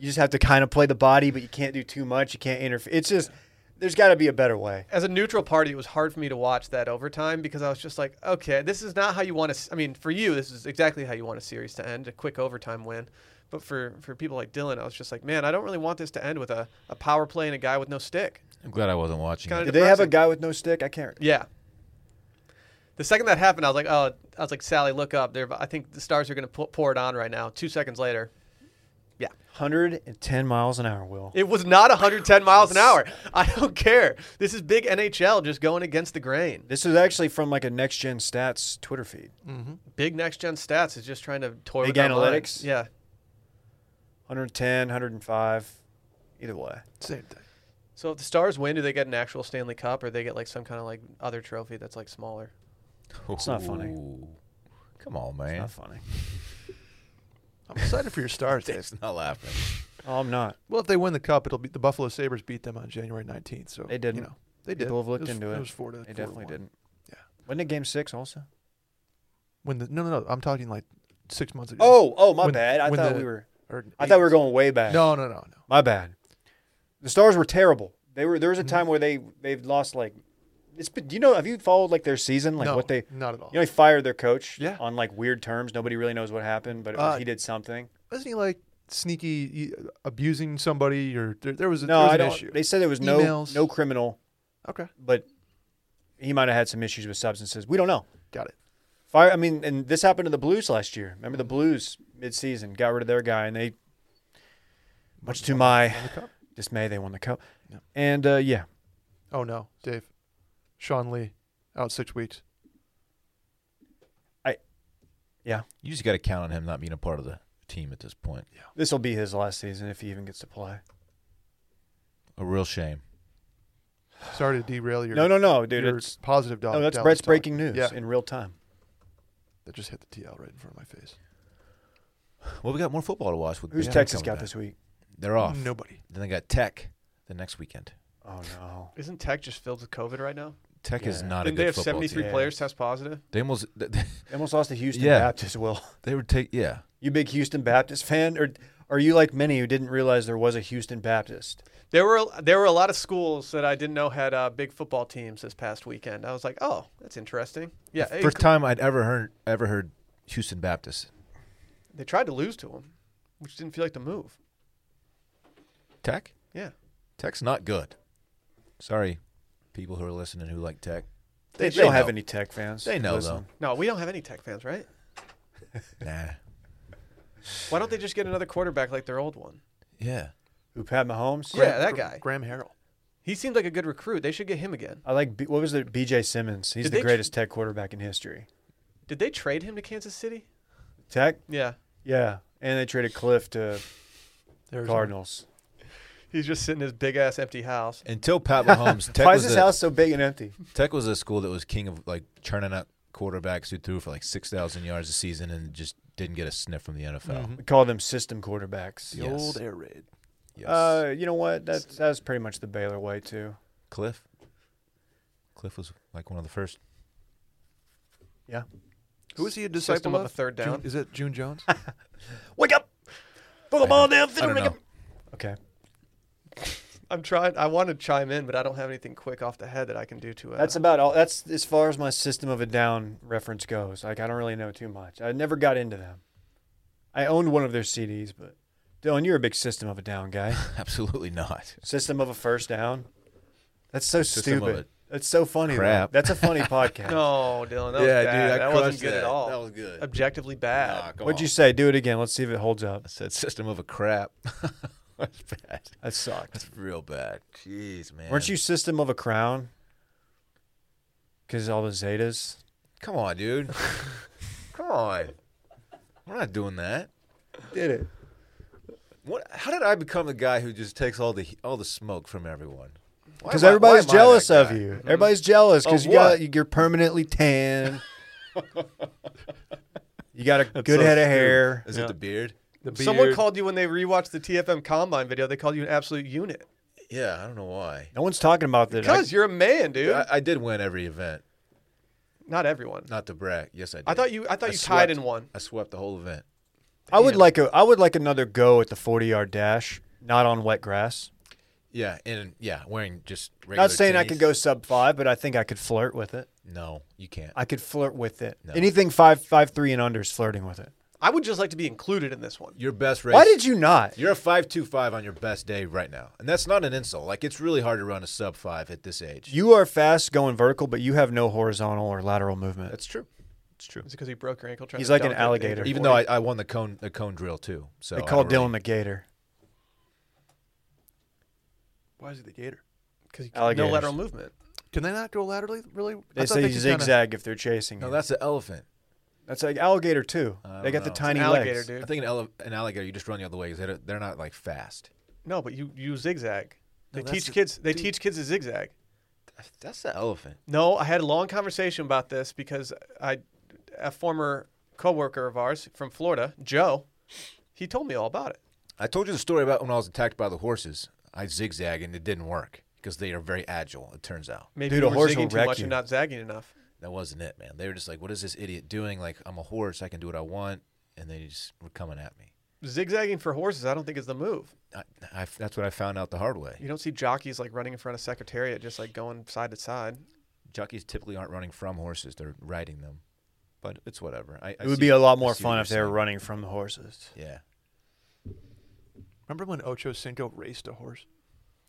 Speaker 2: you just have to kind of play the body, but you can't do too much. You can't interfere. It's just there's got to be a better way.
Speaker 1: as a neutral party, it was hard for me to watch that overtime because I was just like, okay, this is not how you want to. I mean, for you, this is exactly how you want a series to end—a quick overtime win. But for for people like Dylan, I was just like, man, I don't really want this to end with a, a power play and a guy with no stick.
Speaker 3: I'm glad I wasn't watching.
Speaker 1: Kinda
Speaker 3: it.
Speaker 2: Did they have a
Speaker 1: depressing.
Speaker 2: guy with no stick? I can't.
Speaker 1: Yeah. The second that happened, I was like, oh, I was like, Sally, look up. There, I think the stars are going to pour it on right now. Two seconds later,
Speaker 2: 110 miles an hour. Will
Speaker 1: it was not 110 miles an hour. I don't care. This is big NHL just going against the grain.
Speaker 2: this is actually from like a next gen stats Twitter feed.
Speaker 4: Mm-hmm.
Speaker 1: Big next gen stats is just trying to toy
Speaker 2: Big
Speaker 1: with our minds.
Speaker 2: analytics?
Speaker 1: Yeah.
Speaker 2: 110, 105, either way.
Speaker 4: Same thing.
Speaker 1: So if the Stars win, do they get an actual Stanley Cup, or they get like some kind of like other trophy that's like smaller?
Speaker 2: It's not funny.
Speaker 3: Ooh. Come on, man.
Speaker 2: It's not funny.
Speaker 4: I'm excited for your stars. Dave.
Speaker 3: It's not laughing.
Speaker 2: Oh, I'm not.
Speaker 4: Well, if they win the cup, it'll be the Buffalo Sabers beat them on January 19th. So
Speaker 2: They didn't.
Speaker 4: You know, they did.
Speaker 2: People have looked
Speaker 4: it was,
Speaker 2: into it.
Speaker 4: It was four to.
Speaker 2: They
Speaker 4: four to
Speaker 2: definitely
Speaker 4: one.
Speaker 2: didn't.
Speaker 4: Yeah.
Speaker 2: Wasn't it game six also?
Speaker 4: When the no no no, I'm talking like six months ago.
Speaker 2: Oh, oh, my
Speaker 4: When-
Speaker 2: bad. I
Speaker 4: when
Speaker 2: thought
Speaker 4: the-
Speaker 2: we were.
Speaker 4: Or
Speaker 2: I
Speaker 4: eight
Speaker 2: thought we were
Speaker 4: months.
Speaker 2: going way back.
Speaker 4: No no no no.
Speaker 2: my bad. The Stars were terrible. They were. There was a
Speaker 4: Mm-hmm.
Speaker 2: time where they they've lost like. It's been. Do you know? Have you followed like their season? Like
Speaker 4: no,
Speaker 2: what they.
Speaker 4: not at all.
Speaker 2: You know, they fired their coach.
Speaker 4: Yeah.
Speaker 2: On like weird terms, nobody really knows what happened, but it was,
Speaker 4: Uh,
Speaker 2: he did something.
Speaker 4: Wasn't he like sneaky y- abusing somebody or there, there was a,
Speaker 2: No,
Speaker 4: there was
Speaker 2: I
Speaker 4: an
Speaker 2: don't.
Speaker 4: issue?
Speaker 2: They said there was no
Speaker 4: Emails.
Speaker 2: no criminal,
Speaker 4: okay,
Speaker 2: but he might have had some issues with substances. We don't know.
Speaker 4: got it.
Speaker 2: Fire. I mean, and this happened to the Blues last year. Remember the Blues midseason got rid of their guy, and they, much to my
Speaker 4: Won the cup?
Speaker 2: dismay, they won the cup.
Speaker 4: Yeah.
Speaker 2: And uh, yeah,
Speaker 4: Oh no, Dave, Sean Lee out six weeks.
Speaker 3: You just got to count on him not being a part of the team at this point.
Speaker 2: this will be his last season if he even gets to play.
Speaker 3: A real shame.
Speaker 4: Sorry to derail your
Speaker 2: no, no, no, dude.
Speaker 4: your
Speaker 2: It's,
Speaker 4: positive. Dal-
Speaker 2: no, that's
Speaker 4: Dallas
Speaker 2: Brett's
Speaker 4: talk.
Speaker 2: breaking news
Speaker 4: Yeah,
Speaker 2: in real time.
Speaker 4: that just hit the TL right in front of my face.
Speaker 3: Well, we got more football to watch. With
Speaker 2: Who's
Speaker 3: Big Ten
Speaker 2: Texas
Speaker 3: coming
Speaker 2: got
Speaker 3: back.
Speaker 2: this week?
Speaker 3: They're off.
Speaker 4: Nobody.
Speaker 3: Then they got Tech the next weekend.
Speaker 2: Oh no.
Speaker 1: Isn't Tech just filled with COVID right now?
Speaker 3: Tech is
Speaker 2: Yeah.
Speaker 3: not
Speaker 1: Didn't
Speaker 3: a good
Speaker 1: they have
Speaker 3: football
Speaker 1: 73
Speaker 3: team.
Speaker 2: Yeah.
Speaker 1: players test positive?
Speaker 3: They almost they,
Speaker 2: They almost lost to Houston
Speaker 3: Yeah.
Speaker 2: Baptist. Will
Speaker 3: they would take yeah.
Speaker 2: you big Houston Baptist fan, or are you like many who didn't realize there was a Houston Baptist?
Speaker 1: There were there were a lot of schools that I didn't know had uh, big football teams this past weekend. I was like, oh, that's interesting. Yeah, it-
Speaker 3: First time I'd ever heard ever heard Houston Baptist.
Speaker 1: they tried to lose to them, which didn't feel like the move.
Speaker 3: Tech?
Speaker 1: Yeah,
Speaker 3: Tech's not good. Sorry, people who are listening who like Tech.
Speaker 2: They, don't have
Speaker 3: know.
Speaker 2: any Tech fans.
Speaker 3: They know,
Speaker 2: Listen.
Speaker 1: no, we don't have any Tech fans, right?
Speaker 3: Nah.
Speaker 1: Why don't they just get another quarterback like their old one?
Speaker 3: Yeah.
Speaker 2: Who Pat Mahomes?
Speaker 1: Yeah, that guy.
Speaker 4: Graham Harrell.
Speaker 1: He seemed like a good recruit. They should get him again.
Speaker 2: I like B- what was it? B.J. Simmons. He's
Speaker 1: Did
Speaker 2: the
Speaker 1: they tr-
Speaker 2: greatest Tech quarterback in history.
Speaker 1: Did they trade him to Kansas City?
Speaker 2: Tech,
Speaker 1: Yeah,
Speaker 2: yeah, and they traded Cliff to
Speaker 4: There's
Speaker 2: Cardinals.
Speaker 1: he's just sitting in his big ass empty house.
Speaker 3: Until Pat Mahomes, Tech
Speaker 2: Why is
Speaker 3: was
Speaker 2: this
Speaker 3: a,
Speaker 2: house so big and empty?
Speaker 3: Tech was a school that was king of like churning out quarterbacks who threw for like six thousand yards a season and just didn't get a sniff from the NFL.
Speaker 1: Mm-hmm.
Speaker 2: We call them system quarterbacks.
Speaker 4: Mm-hmm. the
Speaker 3: Yes.
Speaker 4: old air raid.
Speaker 3: Yes.
Speaker 2: Uh, you know what? That's that was pretty much the Baylor way too.
Speaker 3: Cliff. Cliff was like one of the first.
Speaker 2: Yeah.
Speaker 4: Who is he a disciple
Speaker 1: System of the third
Speaker 4: June-
Speaker 1: down.
Speaker 4: is that June Jones?
Speaker 2: Wake up! Throw the
Speaker 3: I
Speaker 2: ball
Speaker 3: don't-
Speaker 2: down.
Speaker 3: I don't know.
Speaker 2: Okay.
Speaker 1: Uh. I'm trying. I want to chime in, but I don't have anything quick off the head that I can do to. Uh,
Speaker 2: That's about all. That's as far as my system of a down reference goes. Like I don't really know too much. I never got into them. I owned one of their CDs, but Dylan, you're a big system of a down guy.
Speaker 3: Absolutely not.
Speaker 2: System of a first down. That's so
Speaker 3: System of
Speaker 2: stupid. That's so funny. though.
Speaker 3: crap.
Speaker 2: That's a funny podcast.
Speaker 1: no, Dylan. That was bad. that wasn't good at all.
Speaker 3: was good.
Speaker 1: Objectively bad.
Speaker 2: What'd you say? Do it again. Let's see if it holds up.
Speaker 3: I said system of a crap. That's bad.
Speaker 2: That sucked.
Speaker 3: That's real bad. Jeez, man.
Speaker 2: Weren't you system of a crown? Because all the zetas.
Speaker 3: Come on, dude. Come on. We're not doing that.
Speaker 2: did it.
Speaker 3: What, how did I become the guy who just takes all the all the smoke from everyone? Why
Speaker 2: Because
Speaker 3: am I- why
Speaker 2: everybody's
Speaker 3: am I
Speaker 2: jealous
Speaker 3: that
Speaker 2: of
Speaker 3: guy? Mm-hmm.
Speaker 2: you. Everybody's jealous because
Speaker 3: Of
Speaker 2: you got,
Speaker 3: what?
Speaker 2: you're permanently tan. you got a good
Speaker 3: so
Speaker 2: head of
Speaker 3: stupid.
Speaker 2: hair.
Speaker 3: Is
Speaker 1: Yeah.
Speaker 3: it the beard?
Speaker 4: The
Speaker 1: Someone
Speaker 4: beard.
Speaker 1: called you when they rewatched the TFM Combine video. They called you an absolute unit
Speaker 3: Yeah, I don't know why.
Speaker 2: No one's talking about that. I-
Speaker 1: because you're a man, dude.
Speaker 3: I, I did win every event.
Speaker 1: Not everyone.
Speaker 3: Not to brag. Yes, I did.
Speaker 1: I thought you. I thought
Speaker 3: I
Speaker 1: you tied
Speaker 3: swept.
Speaker 1: in one.
Speaker 3: I swept the whole event.
Speaker 2: I would
Speaker 1: Yeah.
Speaker 2: like a I would like another go at the 40 yard dash, not on wet grass.
Speaker 3: Yeah, and yeah, wearing just regular
Speaker 2: Not saying I
Speaker 3: tennies.
Speaker 2: could go sub five, but I think I could flirt with it.
Speaker 3: No, you can't.
Speaker 2: I could flirt with it.
Speaker 3: No.
Speaker 2: Anything five five three and under is flirting with it.
Speaker 1: I would just like to be included in this one.
Speaker 3: Your best race.
Speaker 2: Why did you not?
Speaker 3: You're a five two five on your best day right now, and that's not an insult. Like it's really hard to run a sub five at this age.
Speaker 2: You are fast going vertical, but you have no horizontal or lateral movement.
Speaker 3: That's true. It's true.
Speaker 1: Is it because he broke your ankle trying?
Speaker 2: He's
Speaker 1: to
Speaker 2: like an
Speaker 1: dunk it at
Speaker 2: alligator.
Speaker 1: age of
Speaker 3: Even
Speaker 1: 40?
Speaker 3: though I, I won the cone the cone drill too. So
Speaker 2: they
Speaker 3: I
Speaker 2: call
Speaker 3: don't really-
Speaker 2: Dylan the Gator.
Speaker 4: Why is he the gator?
Speaker 1: because no
Speaker 2: Alligators.
Speaker 1: lateral movement.
Speaker 4: Can they not go laterally? Really?
Speaker 2: They
Speaker 4: I thought
Speaker 2: say
Speaker 4: could kinda-
Speaker 2: zigzag if they're chasing.
Speaker 3: No,
Speaker 2: you.
Speaker 3: that's an elephant.
Speaker 2: that's like alligator too.
Speaker 3: I
Speaker 2: They got
Speaker 3: don't know.
Speaker 2: the
Speaker 3: It's
Speaker 2: tiny
Speaker 1: An alligator,
Speaker 2: legs.
Speaker 3: I
Speaker 1: dude.
Speaker 3: think an, ele- an alligator you just run the other way because they're, they're not like fast.
Speaker 1: No, but you you zigzag. They
Speaker 3: that's
Speaker 1: teach
Speaker 3: the-
Speaker 1: kids. They
Speaker 3: dude.
Speaker 1: teach kids to zigzag.
Speaker 3: That's the elephant.
Speaker 1: No, I had a long conversation about this because I, a former coworker of ours from Florida, Joe, he told me all about it.
Speaker 3: I told you the story about when I was attacked by the horses. I zigzag and it didn't work because they are very agile. It turns out
Speaker 1: Maybe
Speaker 2: Dude,
Speaker 1: you
Speaker 2: a
Speaker 1: were
Speaker 2: horse will
Speaker 1: zigging too
Speaker 2: wreck
Speaker 1: much
Speaker 2: you.
Speaker 1: and not zagging enough.
Speaker 3: that wasn't it, man. They were just like, "What is this idiot doing? Like I'm a horse. I can do what I want," and they just were coming at me.
Speaker 1: Zigzagging for horses, I don't think is the move.
Speaker 3: I, I, that's what I found out the hard way.
Speaker 1: You don't see jockeys like running in front of secretariat, just like going side to side.
Speaker 3: jockeys typically aren't running from horses; they're riding them. But it's whatever. I, I
Speaker 2: It would
Speaker 3: see-
Speaker 2: be a lot more
Speaker 3: I see what
Speaker 2: fun
Speaker 3: you're
Speaker 2: if they were
Speaker 3: saying.
Speaker 2: running from the horses.
Speaker 3: Yeah,
Speaker 4: Remember when Ocho Cinco raced a horse?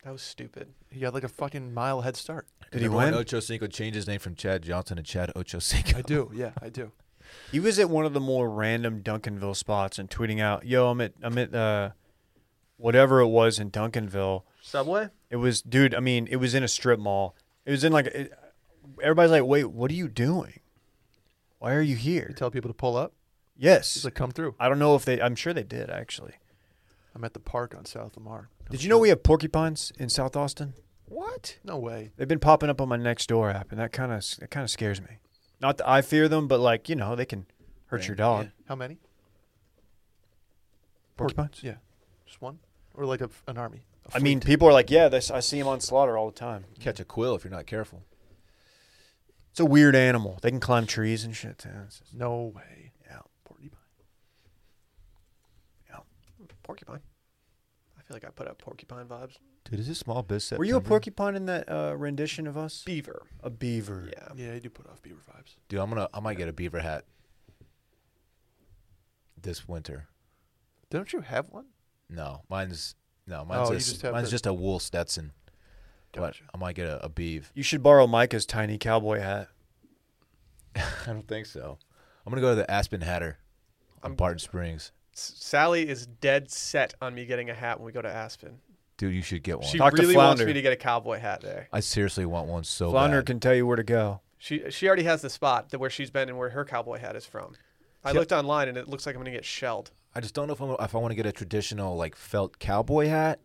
Speaker 1: That was stupid.
Speaker 4: He had like a fucking mile head start.
Speaker 2: Did he
Speaker 3: Remember when
Speaker 2: win?
Speaker 3: Ocho Cinco changed his name from Chad Johnson to Chad Ocho Cinco.
Speaker 4: I do. Yeah, I do.
Speaker 2: He was at one of the more random Duncanville spots and tweeting out, "Yo, I'm at I'm at uh, whatever it was in Duncanville.
Speaker 1: Subway?
Speaker 2: It was, dude. I mean, it was in a strip mall. It was in like it, everybody's like, wait, what are you doing? Why are you here?
Speaker 4: You tell people to pull up. He's
Speaker 2: yes,
Speaker 4: like, come through.
Speaker 2: I don't know if they. I'm sure they did actually.
Speaker 4: I'm at the park on South Lamar. Come
Speaker 2: Did you know
Speaker 4: through."
Speaker 2: we have porcupines in South Austin?
Speaker 3: What?
Speaker 4: No way.
Speaker 2: They've been popping up on my next door app, and that kind of that kind of scares me. Not that I fear them, but like you know, they can hurt your dog.
Speaker 4: How many?
Speaker 2: Porcupines.
Speaker 4: Yeah, just one, or like a, an army. I
Speaker 2: I mean, people are like, yeah, this, I see them on slaughter all the time.
Speaker 3: Catch a quill if you're not careful.
Speaker 2: It's a weird animal. They can climb trees and shit. too. It's just-
Speaker 4: no way.
Speaker 2: yeah.
Speaker 4: Porcupine.
Speaker 1: Porcupine. I feel like I put out porcupine vibes.
Speaker 3: Dude, is this small biz
Speaker 2: Were you a porcupine in that uh, rendition of us?
Speaker 1: Beaver.
Speaker 2: a beaver.
Speaker 1: Yeah.
Speaker 4: Yeah, you do put off beaver vibes.
Speaker 3: Dude, I'm gonna. I might get a beaver hat this winter.
Speaker 4: Don't you have one?
Speaker 3: No, mine's no, mine's
Speaker 4: Oh,
Speaker 3: a,
Speaker 4: you just have
Speaker 3: mine's
Speaker 4: the-
Speaker 3: just a wool Stetson.
Speaker 4: Gotcha.
Speaker 3: But I might get a, a beeve.
Speaker 2: You should borrow Micah's tiny cowboy hat.
Speaker 3: I don't think so. I'm gonna go to the Aspen Hatter. on
Speaker 1: I'm-
Speaker 3: Barton Springs.
Speaker 1: S- Sally is dead set on me getting a hat when we go to Aspen.
Speaker 3: Dude, you should get one.
Speaker 1: She
Speaker 2: Talk to
Speaker 1: really wants
Speaker 2: Flounder.
Speaker 1: me to get a cowboy hat there.
Speaker 3: I seriously want one so
Speaker 2: Flounder
Speaker 3: bad.
Speaker 2: can tell you where to go.
Speaker 1: She she already has the spot that where she's been and where her cowboy hat is from. I
Speaker 3: Yeah.
Speaker 1: looked online and it looks like I'm gonna get shelled.
Speaker 3: I just don't know if, I'm, if I want to get a traditional like felt cowboy hat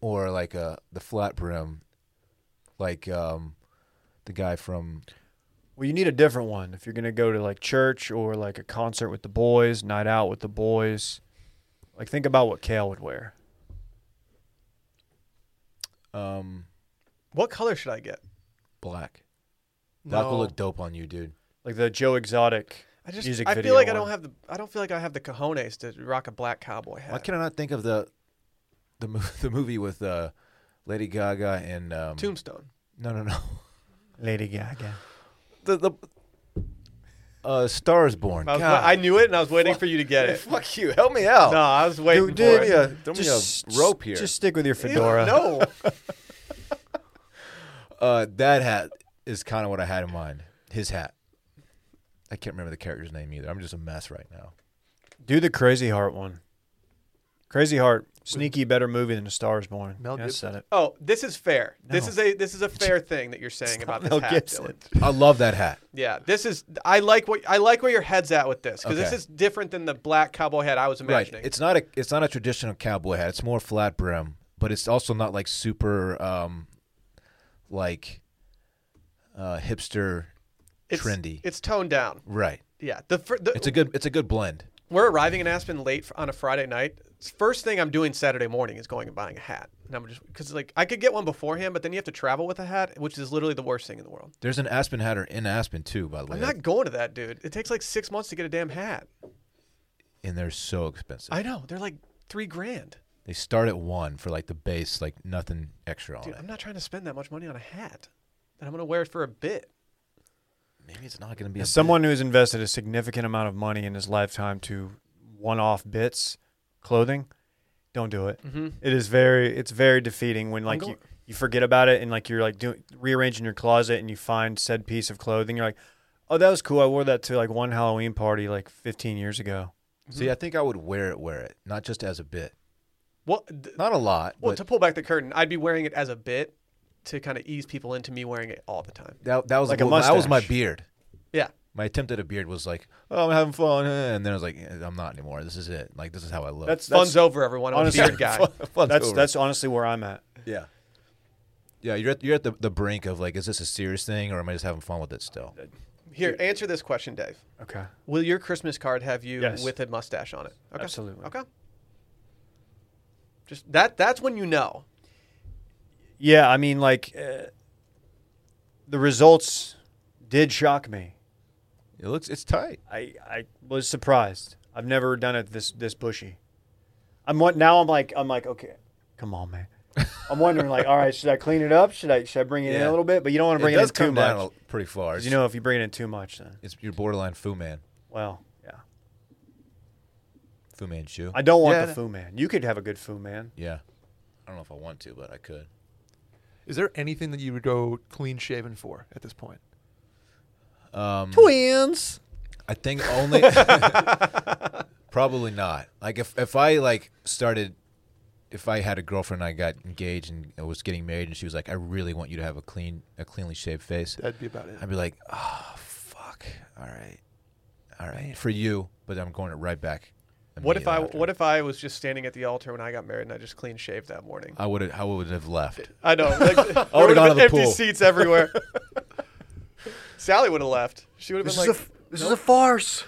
Speaker 3: or like a the flat brim, like um, the guy from
Speaker 2: Well, you need a different one if you're gonna go to like church or like a concert with the boys, night out with the boys. Like think about what Kale would wear.
Speaker 3: um,
Speaker 1: What color should I get?
Speaker 3: Black. That
Speaker 4: No.
Speaker 3: will look dope on you, dude.
Speaker 2: Like the Joe Exotic.
Speaker 1: I just
Speaker 2: Music
Speaker 1: I
Speaker 2: video
Speaker 1: feel like I
Speaker 2: one.
Speaker 1: don't have the I don't feel like I have the cojones to rock a black cowboy hat.
Speaker 3: Why can I not think of the the mo- the movie with uh, Lady Gaga and um,
Speaker 1: Tombstone.
Speaker 3: No, no, no.
Speaker 2: Lady Gaga.
Speaker 3: The the uh, Star is Born.
Speaker 1: I, was,
Speaker 3: God.
Speaker 1: I knew it and I was waiting for you to get it.
Speaker 3: Fuck you. Help me out.
Speaker 1: No, I was waiting
Speaker 3: Dude,
Speaker 1: for
Speaker 3: dude,
Speaker 1: it.
Speaker 3: yeah. Throw me a rope here.
Speaker 2: Just stick with your
Speaker 1: Ew,
Speaker 2: fedora.
Speaker 1: No.
Speaker 3: Uh, that hat is kind of what I had in mind. His hat. I can't remember the character's name either. I'm just a mess right now.
Speaker 2: Do the Crazy Heart one. Crazy Heart Sneaky better movie than A Star Is Born.
Speaker 4: Mel
Speaker 2: Yeah, I
Speaker 4: Gibson.
Speaker 2: said it.
Speaker 1: Oh, this is fair. This
Speaker 2: No.
Speaker 1: is a this is a fair thing that you're saying about this
Speaker 2: Mel
Speaker 1: hat,
Speaker 2: Gibson.
Speaker 1: Dylan.
Speaker 3: I love that hat.
Speaker 1: Yeah, this is. I like what I like where your head's at with this because this
Speaker 3: Okay.
Speaker 1: is different than the black cowboy hat I was
Speaker 3: Right.
Speaker 1: imagining.
Speaker 3: It's not a it's not a traditional cowboy hat. It's more flat brim, but it's also not like super um like uh hipster
Speaker 1: It's-
Speaker 3: trendy.
Speaker 1: It's toned down.
Speaker 3: right.
Speaker 1: Yeah, the, fir- the
Speaker 3: It's a good it's a good blend.
Speaker 1: we're arriving in Aspen late on a Friday night. First thing I'm doing Saturday morning is going and buying a hat, and I'm just because like I could get one beforehand, but then you have to travel with a hat, which is literally the worst thing in the world.
Speaker 3: There's an Aspen hatter in Aspen too, by the way.
Speaker 1: I'm not going to that, dude. It takes like six months to get a damn hat.
Speaker 3: and they're so expensive.
Speaker 1: I know they're like three grand.
Speaker 3: they start at one for like the base, like nothing extra on
Speaker 1: Dude, I'm
Speaker 3: it.
Speaker 1: not trying to spend that much money on a hat that I'm gonna wear for a bit.
Speaker 3: Maybe it's not gonna be a
Speaker 2: As someone who has invested a significant amount of money in his lifetime to one-off bits, clothing, don't do it. It is very, it's very defeating when like you,
Speaker 1: going-
Speaker 2: you forget about it and like you're like doing rearranging your closet and you find said piece of clothing. You're like, oh, that was cool. I wore that to like one Halloween party like 15 years ago.
Speaker 3: See, I think I would wear it, wear it, not just as a bit,
Speaker 1: Well, th-
Speaker 3: not a lot.
Speaker 1: well,
Speaker 3: but
Speaker 1: to pull back the curtain, I'd be wearing it as a bit to kind of ease people into me wearing it all the time.
Speaker 3: that that was
Speaker 2: like a
Speaker 3: well, that was my
Speaker 2: mustache.
Speaker 3: beard.
Speaker 1: Yeah,
Speaker 3: My attempt at a beard was like, oh, I'm having fun, eh, and then I was like, eh, I'm not anymore. This is it. Like this is how I look.
Speaker 2: That's
Speaker 1: fun's
Speaker 2: that's
Speaker 1: over, everyone. I'm a
Speaker 2: honestly-
Speaker 1: beard guy.
Speaker 3: Fun's
Speaker 2: that's,
Speaker 3: over.
Speaker 2: that's honestly where I'm at.
Speaker 3: yeah, yeah. You're at, you're at the, the brink of like, is this a serious thing, or am I just having fun with it still?
Speaker 1: Here, answer this question, Dave.
Speaker 2: Okay.
Speaker 1: Will your Christmas card have you
Speaker 2: Yes.
Speaker 1: with a mustache on it? Okay.
Speaker 2: Absolutely.
Speaker 1: Okay. Just that that's when you know.
Speaker 2: Yeah, I mean, like uh, the results did shock me.
Speaker 3: It looks it's tight.
Speaker 2: I, I was surprised. I've never done it this this bushy. I'm what now. I'm like I'm like okay, come on, man. I'm wondering like, all right, should I clean it up? Should I should I bring it in
Speaker 3: Yeah.
Speaker 2: a little bit? But you don't want to bring it,
Speaker 3: does
Speaker 2: in too
Speaker 3: come
Speaker 2: much.
Speaker 3: down a- pretty far.
Speaker 2: 'Cause You know, if you bring it in too much, then
Speaker 3: it's your borderline Fu Man,
Speaker 2: well, yeah.
Speaker 3: Fu Man shoe.
Speaker 2: I don't want
Speaker 4: Yeah,
Speaker 2: the
Speaker 4: that-
Speaker 2: Fu Man. You could have a good Fu Man.
Speaker 3: yeah, I don't know if I want to, but I could.
Speaker 4: Is there anything that you would go clean shaven for at this point?
Speaker 3: Um,
Speaker 2: Twins.
Speaker 3: I think only probably not. Like if if I like started if I had a girlfriend I got engaged and I was getting married and she was like, I really want you to have a clean a cleanly shaved face,
Speaker 4: That'd be about it.
Speaker 3: I'd be like, Oh fuck. All right. All right. For you, but I'm going it right back.
Speaker 1: What if I
Speaker 3: immediately after.
Speaker 1: what if I was just standing at the altar when I got married and I just clean shaved that morning?
Speaker 3: I would have I would have left.
Speaker 1: I know. Like, there
Speaker 3: I would've
Speaker 1: would've
Speaker 3: gone to
Speaker 1: been
Speaker 3: the
Speaker 1: empty
Speaker 3: pool.
Speaker 1: seats everywhere. Sally would have left. She would have been like,
Speaker 2: this is a farce.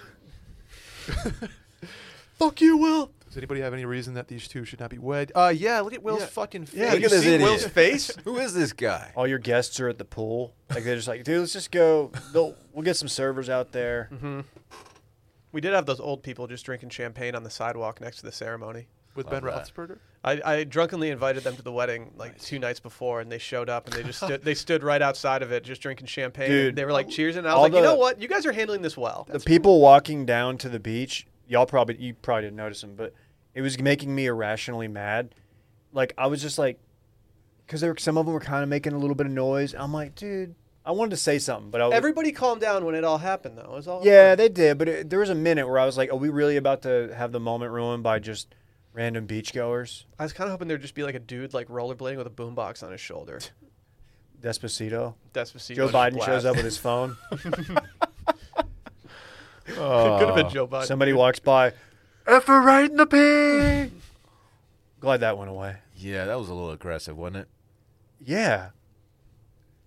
Speaker 2: Fuck you, Will.
Speaker 4: Does anybody have any reason that these two should not be wed? Uh, yeah. Look at Will's
Speaker 1: Yeah.
Speaker 4: fucking face.
Speaker 1: "Yeah,
Speaker 3: Look
Speaker 1: you
Speaker 3: at this
Speaker 1: see Will's
Speaker 3: idiot."
Speaker 1: face."
Speaker 3: Who is this guy?
Speaker 2: All your guests are at the pool. Like they're just like, dude, let's just go. They'll, we'll get some servers out
Speaker 3: Mm-hmm.
Speaker 2: there.
Speaker 1: We did have those old people just drinking champagne on the sidewalk next to the ceremony.
Speaker 4: with
Speaker 3: Love
Speaker 4: Ben
Speaker 3: that.
Speaker 4: Roethlisberger.
Speaker 1: I, I drunkenly invited them to the wedding like two nights before, and they showed up and they just stood, they stood right outside of it, just drinking champagne.
Speaker 2: Dude,
Speaker 1: they were like cheers, and I was
Speaker 2: all
Speaker 1: like, you know
Speaker 2: the-
Speaker 1: what, you guys are handling this well.
Speaker 2: the people walking down to the beach, y'all probably you probably didn't notice them, but it was making me irrationally mad. Like I was just like, because there were some of them were kind of making a little bit of noise. I'm like, dude, I wanted to say something, but I was,
Speaker 1: Everybody calmed down when it all happened, though. It was all
Speaker 2: yeah, they did, but it, there was a minute where I was like, are we really about to have the moment ruined by just random beachgoers?
Speaker 1: I was kind of hoping there'd just be like a dude like rollerblading with a boombox on his shoulder.
Speaker 2: Despacito,
Speaker 1: Despacito.
Speaker 2: Joe
Speaker 1: just
Speaker 2: Biden
Speaker 1: blast.
Speaker 2: shows up with his phone.
Speaker 1: Could have
Speaker 2: uh,
Speaker 1: been Joe Biden.
Speaker 2: Somebody walks by, effer Uh, right in the pee. Glad that went away.
Speaker 3: Yeah, that was a little aggressive, wasn't it?
Speaker 2: Yeah.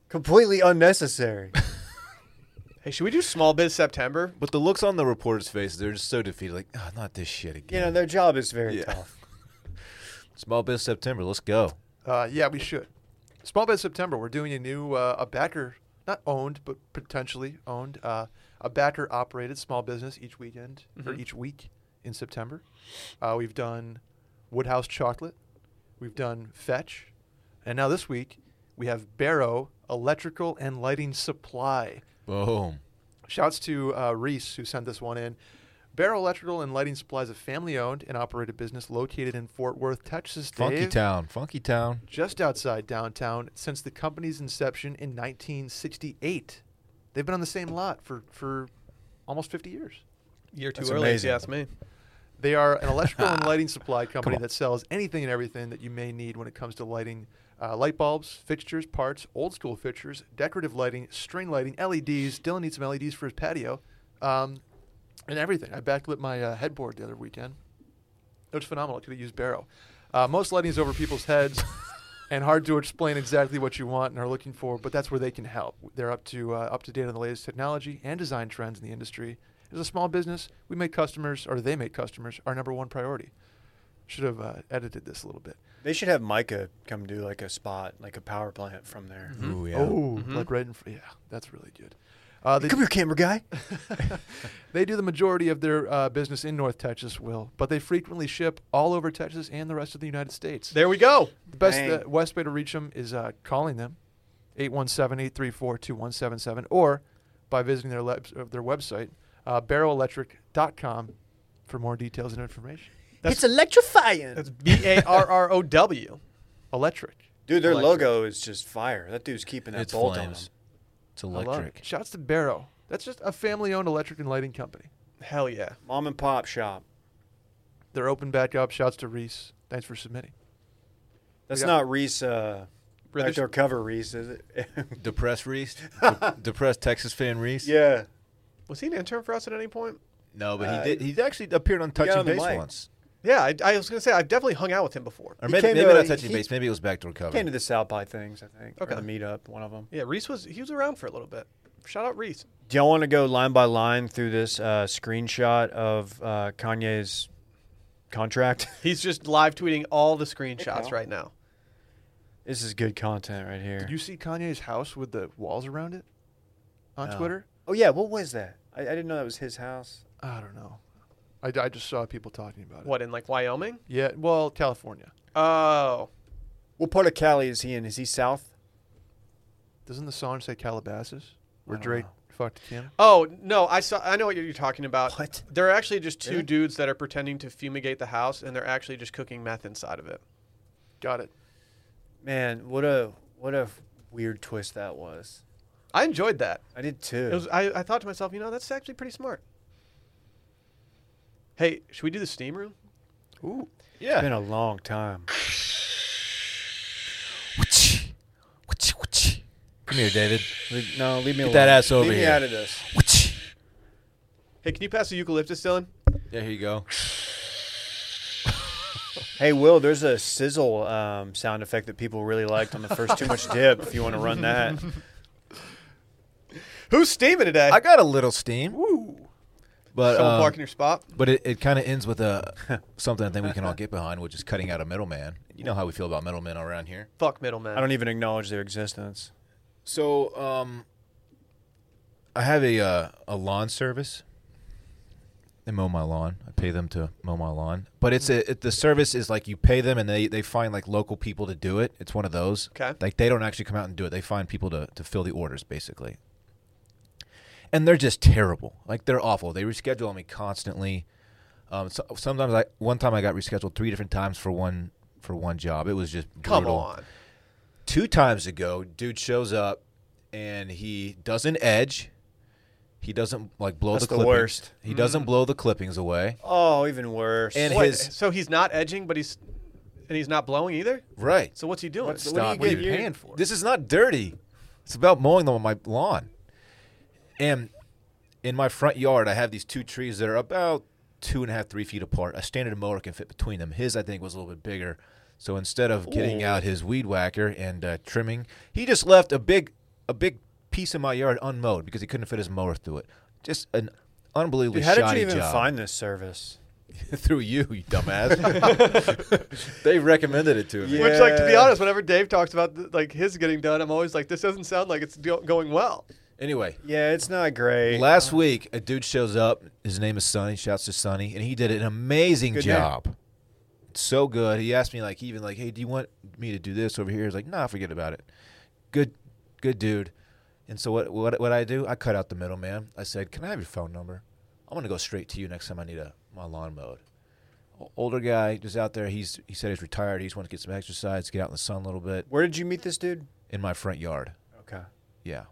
Speaker 2: Completely unnecessary.
Speaker 1: Hey, should we do small biz September?
Speaker 3: But the looks on the reporters' faces, they're just so defeated, like, oh, not this shit
Speaker 2: you
Speaker 3: again.
Speaker 2: know, their job is very
Speaker 3: Yeah.
Speaker 2: tough.
Speaker 3: Small biz September, let's go.
Speaker 4: Uh, yeah, we should. Small Bet September, we're doing a new uh, a backer, not owned, but potentially owned, uh, a backer operated small business each weekend or each week in September. Uh, we've done Woodhouse Chocolate, we've done Fetch, and now this week we have Barrow Electrical and Lighting Supply.
Speaker 3: Boom.
Speaker 4: Shouts to uh, Reese who sent this one in. Barrow Electrical and Lighting Supply is a family-owned and operated business located in Fort Worth, Texas.
Speaker 3: Funky
Speaker 4: Dave
Speaker 3: town. Funky town.
Speaker 4: just outside downtown since the company's inception in 1968. They've been on the same lot for, for almost 50 years.
Speaker 1: You're too
Speaker 2: That's
Speaker 1: early, if you
Speaker 2: amazing.
Speaker 1: ask me.
Speaker 4: They are an electrical and lighting supply company that sells anything and everything that you may need when it comes to lighting. Uh, light bulbs, fixtures, parts, old school fixtures, decorative lighting, string lighting, LEDs. Dylan needs some LEDs for his patio, um, and everything. I backlit my uh, headboard the other weekend. It was phenomenal. Could have used Barrow. Uh, most lighting is over people's heads and hard to explain exactly what you want and are looking for, but that's where they can help. They're up to uh, up to date on the latest technology and design trends in the industry. As a small business, we make customers, or they make customers, our number one priority. Should have uh, edited this a little bit.
Speaker 2: They should have Micah come do like a spot, like a power plant from there.
Speaker 1: Mm-hmm.
Speaker 3: Ooh, yeah.
Speaker 4: Oh, like right in front. Yeah, that's really good. Uh, they,
Speaker 2: Come here, camera guy.
Speaker 4: they do the majority of their uh, business in North Texas, Will, but they frequently ship all over Texas and the rest of the United States.
Speaker 1: There we go.
Speaker 4: The best
Speaker 2: Bang.
Speaker 4: uh, West way to reach them is uh, calling them 817-834-2177 or by visiting their leb- uh, their website uh, barrowelectric.com for more details and information.
Speaker 1: That's-
Speaker 2: electrifying.
Speaker 1: That's B A R R O W.
Speaker 4: Electric.
Speaker 2: Dude, their
Speaker 4: Electric.
Speaker 2: logo is just fire. That dude's keeping that
Speaker 3: It's
Speaker 2: bolt
Speaker 3: flames. It's
Speaker 4: I love
Speaker 3: electric.
Speaker 4: it. Shouts to Barrow. That's just a family-owned electric and lighting company.
Speaker 1: Hell yeah.
Speaker 2: on him. Mom and pop shop.
Speaker 4: They're open back up. Shouts to Reese. Thanks for submitting.
Speaker 2: That's
Speaker 4: got-
Speaker 2: not Reese. Uh,
Speaker 1: Brothers-
Speaker 2: Outdoor cover Reese, is it?
Speaker 3: Depressed Reese, De- depressed Texas fan Reese.
Speaker 2: yeah.
Speaker 1: Was he an intern for us at any point?
Speaker 3: No, but
Speaker 2: Uh,
Speaker 3: he did. He actually appeared on
Speaker 2: got
Speaker 3: Touching
Speaker 2: on the
Speaker 3: Base
Speaker 2: mic.
Speaker 3: once,
Speaker 1: Yeah, I, I was gonna say I've definitely hung out with him before.
Speaker 3: or
Speaker 2: He
Speaker 3: maybe,
Speaker 2: came
Speaker 3: maybe
Speaker 2: to-
Speaker 3: not Touching
Speaker 2: he-
Speaker 3: Base. Maybe it was Backdoor Cover.
Speaker 2: Came to the South by things, I think.
Speaker 1: Okay.
Speaker 2: Or the meetup, one of them.
Speaker 1: Yeah, Reese was he was around for a little bit. Shout out Reese.
Speaker 2: Do y'all want to go line by line through this uh, screenshot of uh, Kanye's contract?
Speaker 1: He's just live tweeting all the screenshots
Speaker 2: pal.
Speaker 1: right now.
Speaker 2: this is good content right here.
Speaker 4: Did you see Kanye's house with the walls around it on
Speaker 2: No.
Speaker 4: Twitter?
Speaker 2: oh yeah, what was that? I, I didn't know that was his house.
Speaker 4: I don't know. I, I just saw people talking about it.
Speaker 1: What in like Wyoming?
Speaker 4: Yeah, well, California.
Speaker 1: Oh,
Speaker 2: What part of Cali is he in? Is he south?
Speaker 4: Doesn't the song say Calabasas? Where
Speaker 2: don't
Speaker 4: Drake
Speaker 2: know.
Speaker 4: fucked Kim?
Speaker 1: oh no! I saw. I know what you're talking about.
Speaker 2: What?
Speaker 1: There are actually just two
Speaker 2: Really?
Speaker 1: dudes that are pretending to fumigate the house, and they're actually just cooking meth inside of it.
Speaker 4: Got it.
Speaker 2: Man, what a what a weird twist that was.
Speaker 1: I enjoyed that.
Speaker 2: I did too.
Speaker 1: It was. I, I thought to myself, you know, that's actually pretty smart. Hey, should we do the steam room?
Speaker 4: Ooh.
Speaker 2: It's
Speaker 3: yeah.
Speaker 2: been a long time.
Speaker 3: Come here, David.
Speaker 2: Leave- no, leave me
Speaker 3: Get
Speaker 2: alone.
Speaker 3: that ass over
Speaker 2: leave
Speaker 3: here.
Speaker 2: me out of this.
Speaker 1: Hey, can you pass the eucalyptus, Dylan?
Speaker 3: Yeah, here you go.
Speaker 2: Hey Will, there's a sizzle um, sound effect that people really liked on the first Too Much Dip. If you want to run that,
Speaker 1: Who's steaming today?
Speaker 3: I got a little steam,
Speaker 4: Woo.
Speaker 2: uh,
Speaker 3: but
Speaker 1: Someone
Speaker 3: um,
Speaker 1: parking your spot.
Speaker 3: but it, it kind of ends with a something I think we can all get behind, which is cutting out a middleman. You know how we feel about middlemen around here.
Speaker 1: Fuck middleman.
Speaker 2: I don't even acknowledge their existence.
Speaker 3: So, um, I have a uh, a lawn service. They mow my lawn. I pay them to mow my lawn, but it's a it, the service is like you pay them and they they find like local people to do it. It's one of those.
Speaker 1: Okay.
Speaker 3: Like they don't actually come out and do it. They find people to to fill the orders basically. And they're just terrible. Like they're awful. They reschedule on me constantly. Um, so, sometimes I one time I got rescheduled three different times for one for one job. It was just
Speaker 1: Come
Speaker 3: brutal
Speaker 1: on.
Speaker 3: two times ago, dude shows up and he doesn't edge. He doesn't like blow
Speaker 2: That's the
Speaker 3: the clippings.
Speaker 2: worst.
Speaker 3: He doesn't blow the clippings away.
Speaker 2: Oh, even worse.
Speaker 3: And
Speaker 1: Wait,
Speaker 3: his
Speaker 1: so he's not edging, but he's and he's not blowing either.
Speaker 3: right.
Speaker 1: So what's he doing?
Speaker 2: What's the-
Speaker 3: Stop,
Speaker 2: what are you
Speaker 3: dude.
Speaker 2: getting?
Speaker 4: Paying for it.
Speaker 3: This is not dirty. It's about mowing them on my lawn. And in my front yard, I have these two trees that are about two and a half, three feet apart. A standard mower can fit between them. His, I think, was a little bit bigger. So instead of getting out his weed whacker and uh, trimming, he just left a big, a big piece of my yard unmowed because he couldn't fit his mower through it. Just an unbelievably
Speaker 2: Dude, how did
Speaker 3: shoddy
Speaker 2: you even
Speaker 3: job.
Speaker 2: find this service?
Speaker 3: through you, you dumbass? they recommended it to me.
Speaker 1: Which, like, to be
Speaker 2: Yeah.
Speaker 1: honest, whenever Dave talks about th- like his getting done, I'm always like, this doesn't sound like it's do- going well.
Speaker 3: Anyway,
Speaker 2: Yeah, it's not great.
Speaker 3: Last week, a dude shows up. His name is Sonny. Shouts to Sonny, and he did an amazing
Speaker 2: Good
Speaker 3: job. So good. He asked me like, he even like, hey, do you want me to do this over here? He's like, nah, forget about it. Good, good dude. And so what? What? What I do? I cut out the middleman. I said, can I have your phone number? I'm gonna go straight to you next time I need a my lawn mowed. O- Older guy, just out there. He's he said he's retired. He just wants to get some exercise, get out in the sun a little bit
Speaker 2: Where did you meet this dude?
Speaker 3: in my front yard.
Speaker 2: Okay.
Speaker 3: Yeah.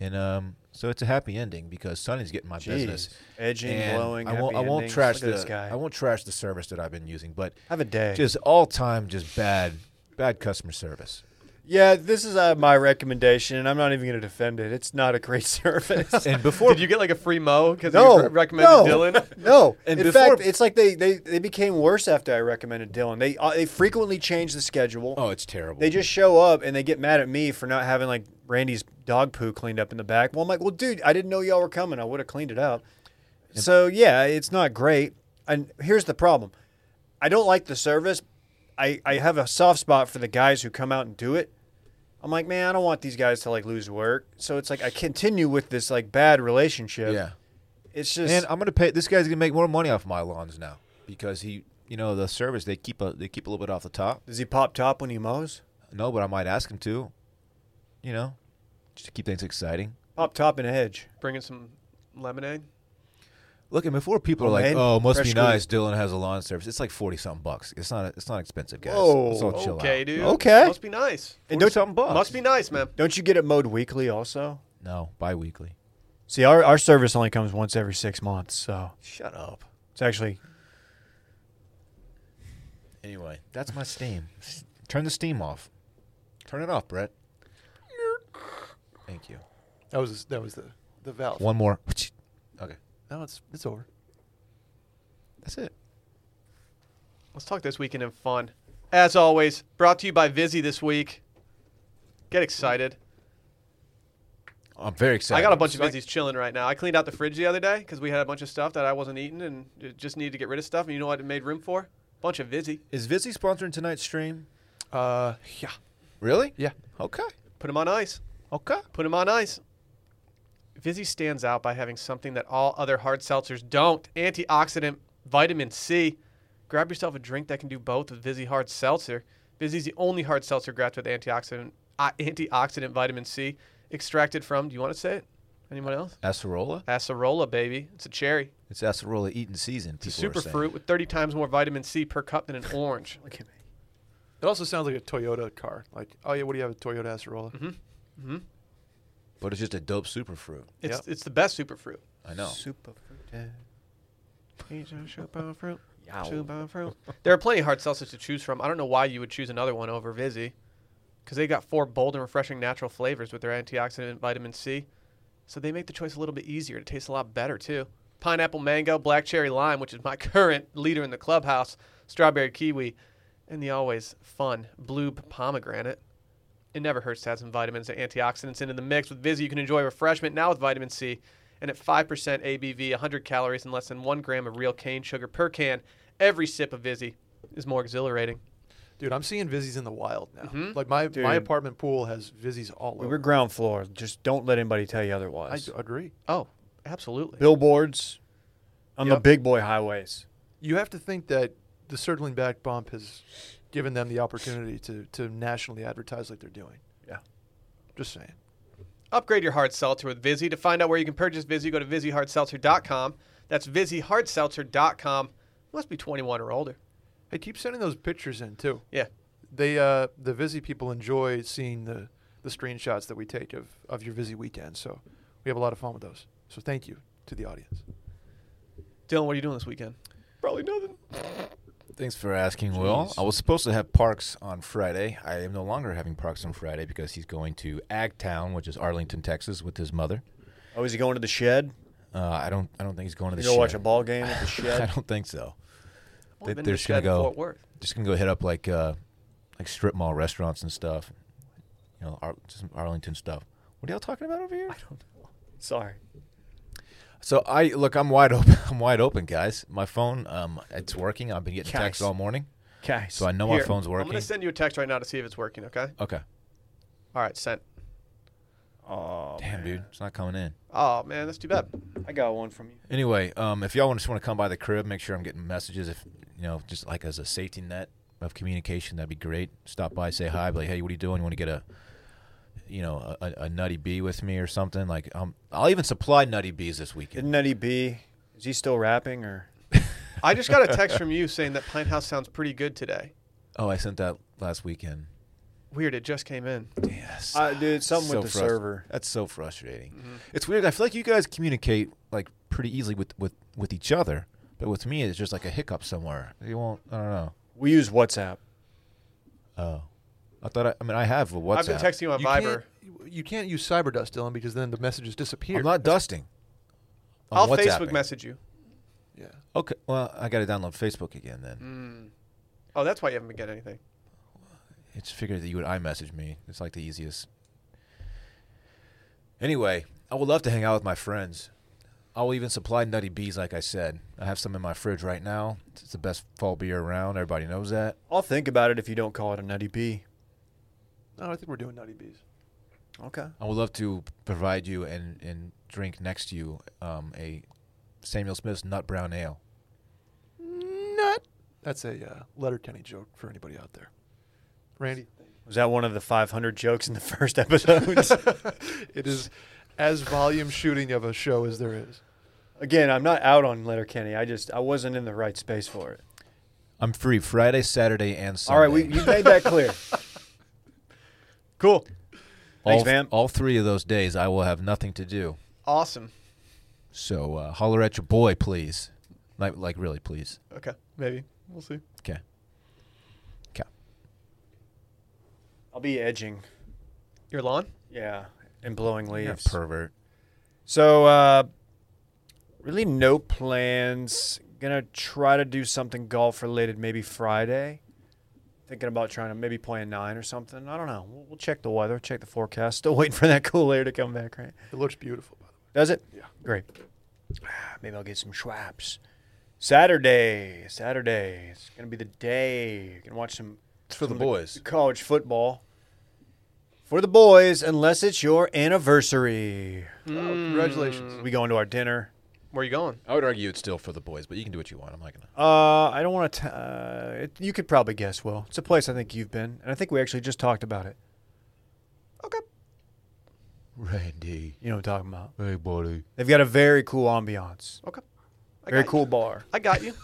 Speaker 3: And um, so it's a happy ending because Sonny's getting my business.
Speaker 2: Jeez. Edging,
Speaker 3: And
Speaker 2: blowing.
Speaker 3: I won't.
Speaker 2: happy
Speaker 3: I won't
Speaker 2: endings.
Speaker 3: trash
Speaker 2: Look at
Speaker 3: the.
Speaker 2: this guy.
Speaker 3: I won't trash the service that I've been using, but
Speaker 2: Have a day.
Speaker 3: just all time, just bad, bad customer service.
Speaker 2: yeah, this is uh, my recommendation, and I'm not even going to defend it. It's not a great service.
Speaker 3: And before
Speaker 1: Did you get like a free mo because
Speaker 2: No,
Speaker 1: you re- recommended
Speaker 2: no,
Speaker 1: Dylan?
Speaker 2: No,
Speaker 3: And
Speaker 2: in
Speaker 3: before-
Speaker 2: fact, it's like they, they, they became worse after I recommended Dylan. They uh, they frequently change the schedule.
Speaker 3: oh, it's terrible.
Speaker 2: They just show up and they get mad at me for not having like Randy's dog poo cleaned up in the back. Well, I'm like, well, dude, I didn't know y'all were coming. I would have cleaned it up. So yeah, it's not great. And here's the problem: I don't like the service. I I have a soft spot for the guys who come out and do it. I'm like, man, I don't want these guys to like lose work. So it's like I continue with this like bad relationship.
Speaker 3: yeah.
Speaker 2: it's just
Speaker 3: And uh, I'm gonna pay. This guy's gonna make more money off my lawns now because he, you know, the service they keep a they keep a little bit off the top.
Speaker 2: Does he pop top when he mows?
Speaker 3: No, but I might ask him to. You know, just to keep things exciting.
Speaker 2: Pop top and hedge.
Speaker 1: Bringing some lemonade.
Speaker 3: Look, and before people are like,
Speaker 2: Homemade,
Speaker 3: "Oh, must
Speaker 2: fresh
Speaker 3: be
Speaker 2: squeezed.
Speaker 3: nice." Dylan has a lawn service. It's like forty something bucks. It's not. It's not expensive, guys.
Speaker 2: Whoa.
Speaker 3: Let's all chill
Speaker 1: Okay,
Speaker 3: out.
Speaker 1: dude.
Speaker 2: Okay.
Speaker 1: Must be nice.
Speaker 2: And
Speaker 3: 40
Speaker 2: don't,
Speaker 3: something bucks.
Speaker 1: Must be nice, man.
Speaker 2: don't you get it mowed weekly also?
Speaker 3: no biweekly.
Speaker 2: See, our, our service only comes once every six months, so
Speaker 3: Shut up.
Speaker 2: it's actually
Speaker 3: Anyway, that's my steam. S- Turn the steam off. Turn it off, Brett. Thank you.
Speaker 4: That was that was the the valve.
Speaker 3: One more. Okay,
Speaker 4: Now it's it's over.
Speaker 3: that's it.
Speaker 1: Let's talk this weekend in fun. As always, brought to you by Vizzy this week. Get excited.
Speaker 3: I'm very excited.
Speaker 1: I got a bunch of
Speaker 3: Like-
Speaker 1: Vizzies chilling right now. I cleaned out the fridge the other day because we had a bunch of stuff that I wasn't eating and j- just needed to get rid of stuff. And you know what it made room for? Bunch of Vizzy.
Speaker 3: Is Vizzy sponsoring tonight's stream?
Speaker 4: Uh, yeah,
Speaker 3: Really?
Speaker 4: yeah.
Speaker 3: Okay.
Speaker 1: Put them on ice.
Speaker 3: Okay.
Speaker 1: Put them on ice. Vizzy stands out by having something that all other hard seltzers don't antioxidant vitamin C. Grab yourself a drink that can do both with Vizzy Hard Seltzer. Vizzy's the only hard seltzer grabbed with antioxidant, uh, antioxidant vitamin C extracted from, do you want to say it? Anyone else?
Speaker 3: Acerola.
Speaker 1: Acerola, baby. It's a cherry.
Speaker 3: It's acerola eating season.
Speaker 1: It's a
Speaker 3: people
Speaker 1: super
Speaker 3: are saying.
Speaker 1: fruit with 30 times more vitamin C per cup than an orange.
Speaker 2: look at me.
Speaker 4: It also sounds like a Toyota car. Like, oh yeah, what do you have? A Toyota Acerola?
Speaker 3: But it's just a dope super fruit.
Speaker 1: It's,
Speaker 4: Yep.
Speaker 1: it's the best superfruit.
Speaker 3: I know.
Speaker 2: Super
Speaker 1: superfruit.
Speaker 2: Yow.
Speaker 1: Superfruit. There are plenty of hard seltzers to choose from. I don't know why you would choose another one over Vizzy because they got four bold and refreshing natural flavors with their antioxidant vitamin C. So they make the choice a little bit easier. It tastes a lot better, too. Pineapple mango, black cherry lime, which is my current leader in the clubhouse, strawberry kiwi, and the always fun blue pomegranate. It never hurts to add some vitamins and antioxidants into the mix. With Vizzy, you can enjoy refreshment now with vitamin C. And at 5% ABV, 100 calories, and less than one gram of real cane sugar per can, every sip of Vizzy is more exhilarating.
Speaker 4: Dude, I'm seeing Vizzies in the wild now.
Speaker 1: Mhm.
Speaker 4: Like my my
Speaker 2: Dude.
Speaker 4: apartment pool has Vizzies all
Speaker 2: We
Speaker 4: over.
Speaker 2: were ground floor. Just don't let anybody tell you
Speaker 4: I
Speaker 2: otherwise.
Speaker 4: d- agree.
Speaker 1: Oh, absolutely.
Speaker 2: Billboards on the
Speaker 4: Yep.
Speaker 2: big boy highways.
Speaker 4: You have to think that the circling back bump has given them the opportunity to to nationally advertise like they're doing.
Speaker 2: Yeah.
Speaker 4: Just saying.
Speaker 1: Upgrade your hard seltzer with Vizzy. To find out where you can purchase Vizzy, go to VizzyHardSeltzer.com. That's VizzyHardSeltzer.com. Must be 21 or older.
Speaker 4: Hey, keep sending those pictures in too.
Speaker 1: Yeah.
Speaker 4: They uh the Vizzy people enjoy seeing the the screenshots that we take of of your Vizzy weekend. So we have a lot of fun with those. So thank you to the audience.
Speaker 1: Dylan, what are you doing this weekend? Probably nothing.
Speaker 3: Thanks for asking, Will.
Speaker 2: Jeez.
Speaker 3: I was supposed to have Parks on Friday. I am no longer having Parks on Friday because he's going to Agtown, which is Arlington, Texas, with his mother.
Speaker 2: Oh, is he going to the shed?
Speaker 3: Uh, I don't. I don't think he's going to the.
Speaker 2: You go watch
Speaker 3: shed.
Speaker 2: a ball game at the
Speaker 3: I
Speaker 2: shed?
Speaker 3: don't think so.
Speaker 1: I've
Speaker 3: They-
Speaker 1: been
Speaker 3: they're
Speaker 1: to
Speaker 3: just gonna
Speaker 1: Chad in
Speaker 3: go-
Speaker 1: Fort Worth.
Speaker 3: Just gonna go hit up like uh, like strip mall restaurants and stuff. You know, Ar- just some Arlington stuff. What are y'all talking about over here?
Speaker 2: Sorry.
Speaker 3: So I look. I'm wide open. I'm wide open, guys. My phone. Um, it's working. I've been getting
Speaker 2: Guys.
Speaker 3: texts all morning,
Speaker 2: Guys.
Speaker 3: so I know my
Speaker 1: Here,
Speaker 3: phone's
Speaker 1: I'm
Speaker 3: working.
Speaker 1: going to send you a text right now to see if it's working, okay?
Speaker 3: okay.
Speaker 1: All right, sent.
Speaker 2: oh,
Speaker 3: Damn,
Speaker 2: man.
Speaker 3: dude, it's not coming in.
Speaker 1: Oh, man, that's too bad.
Speaker 2: I got one from you.
Speaker 3: Anyway, um, if y'all wanna- just want to come by the crib, make sure I'm getting messages. If you know, just like as a safety net of communication, that'd be great. Stop by, say hi, be like, hey, what are you doing? You want to get a, you know, a, a nutty bee with me or something? Like, um, I'll even supply nutty bees this
Speaker 2: Didn't
Speaker 3: weekend.
Speaker 2: Nutty B? E Is he still rapping or?
Speaker 1: I just got a text from you saying that Pine House sounds pretty good today.
Speaker 3: Oh, I sent that last weekend.
Speaker 1: Weird, it just came in.
Speaker 3: Yes.
Speaker 2: Uh, dude, something with the
Speaker 3: frus-
Speaker 2: server. Mm-hmm.
Speaker 3: That's so frustrating. It's weird. I feel like you guys communicate like pretty easily with with with each other, but with me it's just like a hiccup somewhere. You won't. I don't know.
Speaker 2: We use WhatsApp.
Speaker 3: Oh, I thought. I, I mean, I have a WhatsApp.
Speaker 1: I've been texting you on
Speaker 4: You
Speaker 1: Viber.
Speaker 4: Can't, you can't use cyber dust, Dylan, because then the messages disappear.
Speaker 3: I'm not dusting. I'm
Speaker 1: I'll Facebook
Speaker 3: WhatsApping.
Speaker 1: message you.
Speaker 4: yeah.
Speaker 3: Okay. Well, I got to download Facebook again then.
Speaker 2: Mm.
Speaker 1: Oh, that's why you haven't been getting anything.
Speaker 3: It's figured that you would iMessage me. It's like the easiest. Anyway, I would love to hang out with my friends. I will even supply Nutty Bees, like I said. I have some in my fridge right now. It's the best fall beer around. Everybody knows that.
Speaker 2: I'll think about it if you don't call it E a nutty bee.
Speaker 4: No, I think we're doing Nutty Bees.
Speaker 2: Okay.
Speaker 3: I would love to provide you and, and drink next to you um, a Samuel Smith's Nut Brown Ale.
Speaker 4: Nut. That's a uh, letter Kenny joke for anybody out there. Randy,
Speaker 2: Was that one of the 500 jokes in the first episode?
Speaker 4: it is as volume shooting of a show as there is.
Speaker 2: Again, I'm not out on Letterkenny. I just I wasn't in the right space for it.
Speaker 3: I'm free Friday, Saturday, and Sunday.
Speaker 2: All right, we, you made that clear. cool.
Speaker 3: all,
Speaker 2: Thanks, man.
Speaker 3: all three of those days, I will have nothing to do.
Speaker 1: Awesome.
Speaker 3: So uh, holler at your boy, please. Like, like really, please.
Speaker 1: Okay, maybe we'll see.
Speaker 3: Okay. Okay.
Speaker 2: I'll be edging.
Speaker 1: Your lawn?
Speaker 2: Yeah, and blowing leaves.
Speaker 3: pervert.
Speaker 2: So, uh, really, no plans. Gonna try to do something golf related maybe Friday. Thinking about trying to maybe play a nine or something. I don't know. We'll, we'll check the weather, check the forecast. Still waiting for that cool air to come back, right?
Speaker 4: It looks beautiful. By the
Speaker 2: Does it?
Speaker 4: Yeah.
Speaker 2: Great. Ah, Maybe I'll get some Schwabs. Saturday, Saturday. It's gonna be the day. You can watch some
Speaker 3: It's for the
Speaker 2: some
Speaker 3: boys.
Speaker 2: college football. For the boys, unless it's your anniversary.
Speaker 4: way. Oh, congratulations.
Speaker 2: We go into our dinner.
Speaker 1: Where you going?
Speaker 3: I would argue it's still for the boys, but you can do what you want. I'm not gonna.
Speaker 2: Uh, I don't want to. Uh, it, you could probably guess. Well, it's a place I think you've been, and I think we actually just talked about it.
Speaker 1: Okay.
Speaker 3: Randy,
Speaker 2: You know what I'm talking about?
Speaker 3: hey buddy.
Speaker 2: They've got a very cool ambiance,
Speaker 1: Okay. I
Speaker 2: very
Speaker 1: got you.
Speaker 2: cool bar.
Speaker 1: I got you.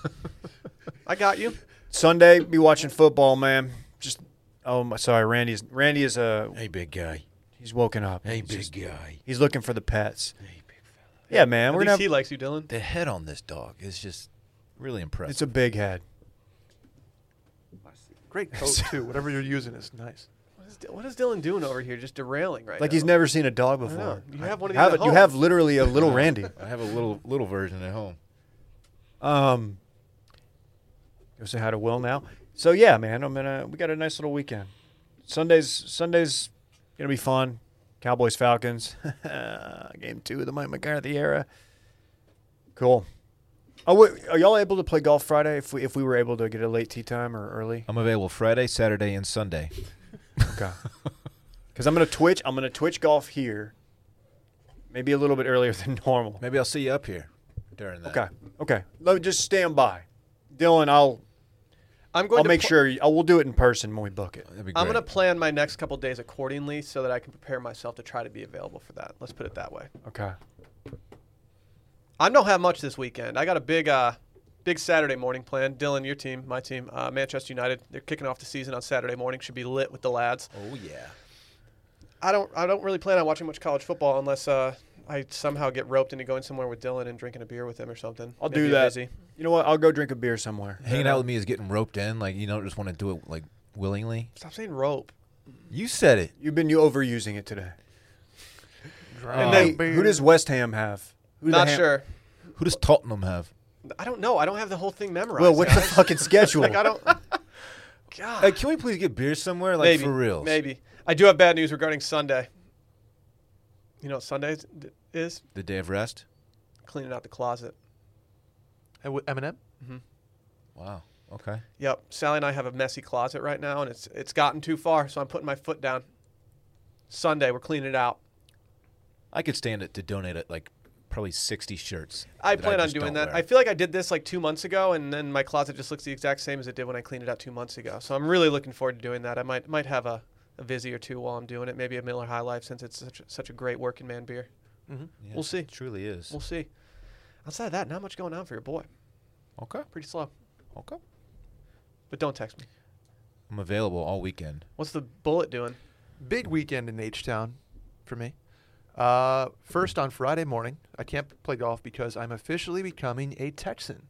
Speaker 1: I got you.
Speaker 2: Sunday, be watching football, man. Just oh, my, sorry, Randy's Randy is uh
Speaker 3: Hey big guy.
Speaker 2: he's woken up.
Speaker 3: Hey
Speaker 2: he's,
Speaker 3: big
Speaker 2: just-
Speaker 3: guy.
Speaker 2: he's looking for the pets.
Speaker 3: Hey big fella.
Speaker 2: Yeah, man,
Speaker 1: At
Speaker 2: we're
Speaker 1: least
Speaker 2: gonna. Have,
Speaker 1: he likes you, Dylan.
Speaker 3: The head on this dog is just really impressive.
Speaker 2: it's a big head.
Speaker 4: Great coat too. Whatever you're using is nice.
Speaker 1: What is, what is Dylan doing over here? Just derailing right
Speaker 2: Like
Speaker 1: now.
Speaker 2: he's never seen a dog
Speaker 1: I know.
Speaker 2: before.
Speaker 1: You have one of these
Speaker 2: Have
Speaker 1: at
Speaker 2: it- you
Speaker 1: home.
Speaker 2: have literally a little Randy.
Speaker 3: I have a little little version at home.
Speaker 2: Um, go say hi to Will now. So yeah, man, I'm gonna. We got a nice little weekend. Sundays, Sundays, gonna be fun. Cowboys Falcons, game two of the Mike McCarthy era. Cool. Oh, wait, are y'all able to play golf Friday? If we if we were able to get a late tee time or early,
Speaker 3: I'm available Friday, Saturday, and Sunday.
Speaker 2: okay. Because I'm gonna twitch. I'm gonna twitch golf here. Maybe a little bit earlier than normal.
Speaker 3: Maybe I'll see you up here during that.
Speaker 2: Okay. Okay. Let me just stand by, Dylan. I'll
Speaker 1: I'm going
Speaker 2: I'll
Speaker 1: to
Speaker 2: make
Speaker 1: pl-
Speaker 2: sure. I will do it in person when we book it.
Speaker 3: That'd be great.
Speaker 1: I'm going to plan my next couple days accordingly so that I can prepare myself to try to be available for that. Let's put it that way.
Speaker 2: Okay.
Speaker 1: I don't have much this weekend. I got a big, uh, big Saturday morning plan. Dylan, your team, my team, uh, Manchester United. They're kicking off the season on Saturday morning. Should be lit with the lads.
Speaker 3: Oh yeah.
Speaker 1: I don't, I don't really plan on watching much college football unless uh, I somehow get roped into going somewhere with Dylan and drinking a beer with him or something.
Speaker 2: I'll
Speaker 1: Maybe
Speaker 2: do
Speaker 1: a
Speaker 2: that.
Speaker 1: Busy.
Speaker 2: You know what? I'll go drink a beer somewhere.
Speaker 3: Hanging out with me is getting roped in. Like you don't just want to do it like willingly.
Speaker 1: Stop saying rope.
Speaker 3: You said it.
Speaker 2: You've been you overusing it today.
Speaker 4: Drown
Speaker 2: Hey,
Speaker 4: beer.
Speaker 2: who does West Ham have? Who's the
Speaker 1: Not
Speaker 2: Ham-
Speaker 1: sure.
Speaker 3: Who does Tottenham have?
Speaker 1: I don't know. I don't have the whole thing memorized.
Speaker 2: Well, what's the
Speaker 1: guys.
Speaker 2: fucking schedule?
Speaker 1: Like I don't. God.
Speaker 3: Hey, can we please get beer somewhere? Like
Speaker 1: maybe
Speaker 3: for real?
Speaker 1: Maybe. I do have bad news regarding Sunday. You know what Sunday is- is?
Speaker 3: The day of rest.
Speaker 1: Cleaning out the closet.
Speaker 4: And with Eminem?
Speaker 3: Wow. Okay.
Speaker 1: Yep. Sally and I have a messy closet right now, and it's it's gotten too far, so I'm putting my foot down. Sunday, we're cleaning it out.
Speaker 3: I could stand it to donate it like probably sixty shirts.
Speaker 1: I
Speaker 3: that
Speaker 1: plan on
Speaker 3: just
Speaker 1: doing
Speaker 3: don't
Speaker 1: that.
Speaker 3: wear.
Speaker 1: I feel like I did this like two months ago, and then my closet just looks the exact same as it did when I cleaned it out two months ago. So I'm really looking forward to doing that. I might might have a, a Vizzy or two while I'm doing it. Maybe a Miller High Life since it's such a, such a great working man beer.
Speaker 3: Yeah,
Speaker 1: we'll see.
Speaker 3: It truly is.
Speaker 1: We'll see. Outside of that, not much going on for your boy.
Speaker 3: Okay.
Speaker 1: Pretty slow.
Speaker 3: Okay.
Speaker 1: But don't text me.
Speaker 3: I'm available all weekend.
Speaker 1: What's the bullet doing?
Speaker 4: Big weekend in H Town for me. Uh, first on Friday morning, I can't play golf because I'm officially becoming a Texan.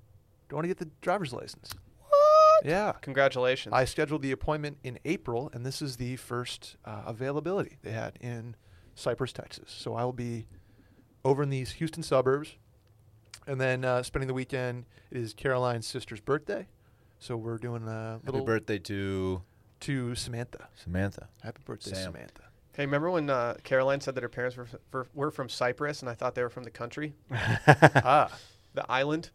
Speaker 4: Do I want to get the driver's license? What? Yeah.
Speaker 1: Congratulations.
Speaker 4: I scheduled the appointment in April, and this is the first uh, availability they had in Cypress, Texas. So I will be over in these Houston suburbs, and then uh, spending the weekend. It is Caroline's sister's birthday, so we're doing a little
Speaker 3: Happy birthday to
Speaker 4: to Samantha.
Speaker 3: Samantha.
Speaker 4: Happy birthday,
Speaker 3: Sam.
Speaker 4: Samantha.
Speaker 1: hey, remember when uh, Caroline said that her parents were, f- for, were from Cyprus and I thought they were from the country,
Speaker 4: ah,
Speaker 1: the island?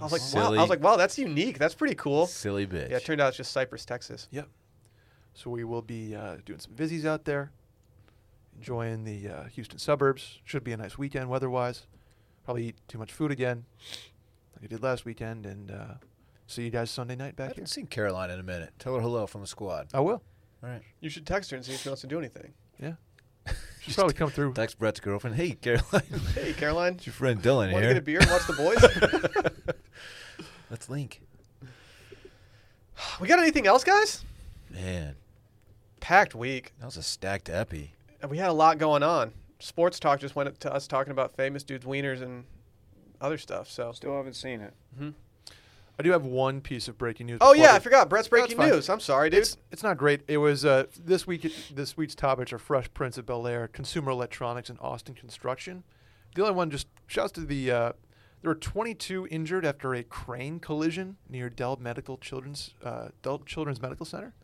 Speaker 1: I was like,
Speaker 3: Silly.
Speaker 1: wow. I was like, wow, that's unique. That's pretty cool.
Speaker 3: Silly bitch.
Speaker 1: Yeah, it turned out it's just Cypress, Texas.
Speaker 4: so we will be uh, doing some visies out there, enjoying the uh, Houston suburbs. Should be a nice weekend weather-wise. Probably eat too much food again, like I did last weekend, and uh, see you guys Sunday night
Speaker 3: I
Speaker 4: back here.
Speaker 3: haven't seen Caroline in a minute. Tell her hello from the squad.
Speaker 4: I will.
Speaker 3: All right.
Speaker 1: You should text her and see if she wants to do anything.
Speaker 4: Yeah, she's probably come through.
Speaker 3: Text Brett's girlfriend. Hey, Caroline.
Speaker 1: Hey, Caroline.
Speaker 3: It's your friend Dylan
Speaker 1: Want to
Speaker 3: here.
Speaker 1: get a beer and watch the boys?
Speaker 3: Let's link.
Speaker 1: we got anything else, guys?
Speaker 3: Man,
Speaker 1: Packed week.
Speaker 3: that was a stacked epi.
Speaker 1: And we had a lot going on. Sports talk just went to us talking about famous dudes' wieners and other stuff. So. Mm-hmm.
Speaker 2: Still haven't seen it.
Speaker 4: I do have one piece of breaking news.
Speaker 1: Oh
Speaker 4: before
Speaker 1: yeah,
Speaker 4: we-
Speaker 1: I forgot. Brett's breaking
Speaker 4: fine.
Speaker 1: news. I'm sorry, dude.
Speaker 4: It's, it's not great. It was uh, this week. This week's topics are Fresh Prince of Bel Air, consumer electronics, and Austin construction. The only one just shouts to the. Uh, there were 22 injured after a crane collision near Dell Medical Children's uh, Dell Children's Medical Center.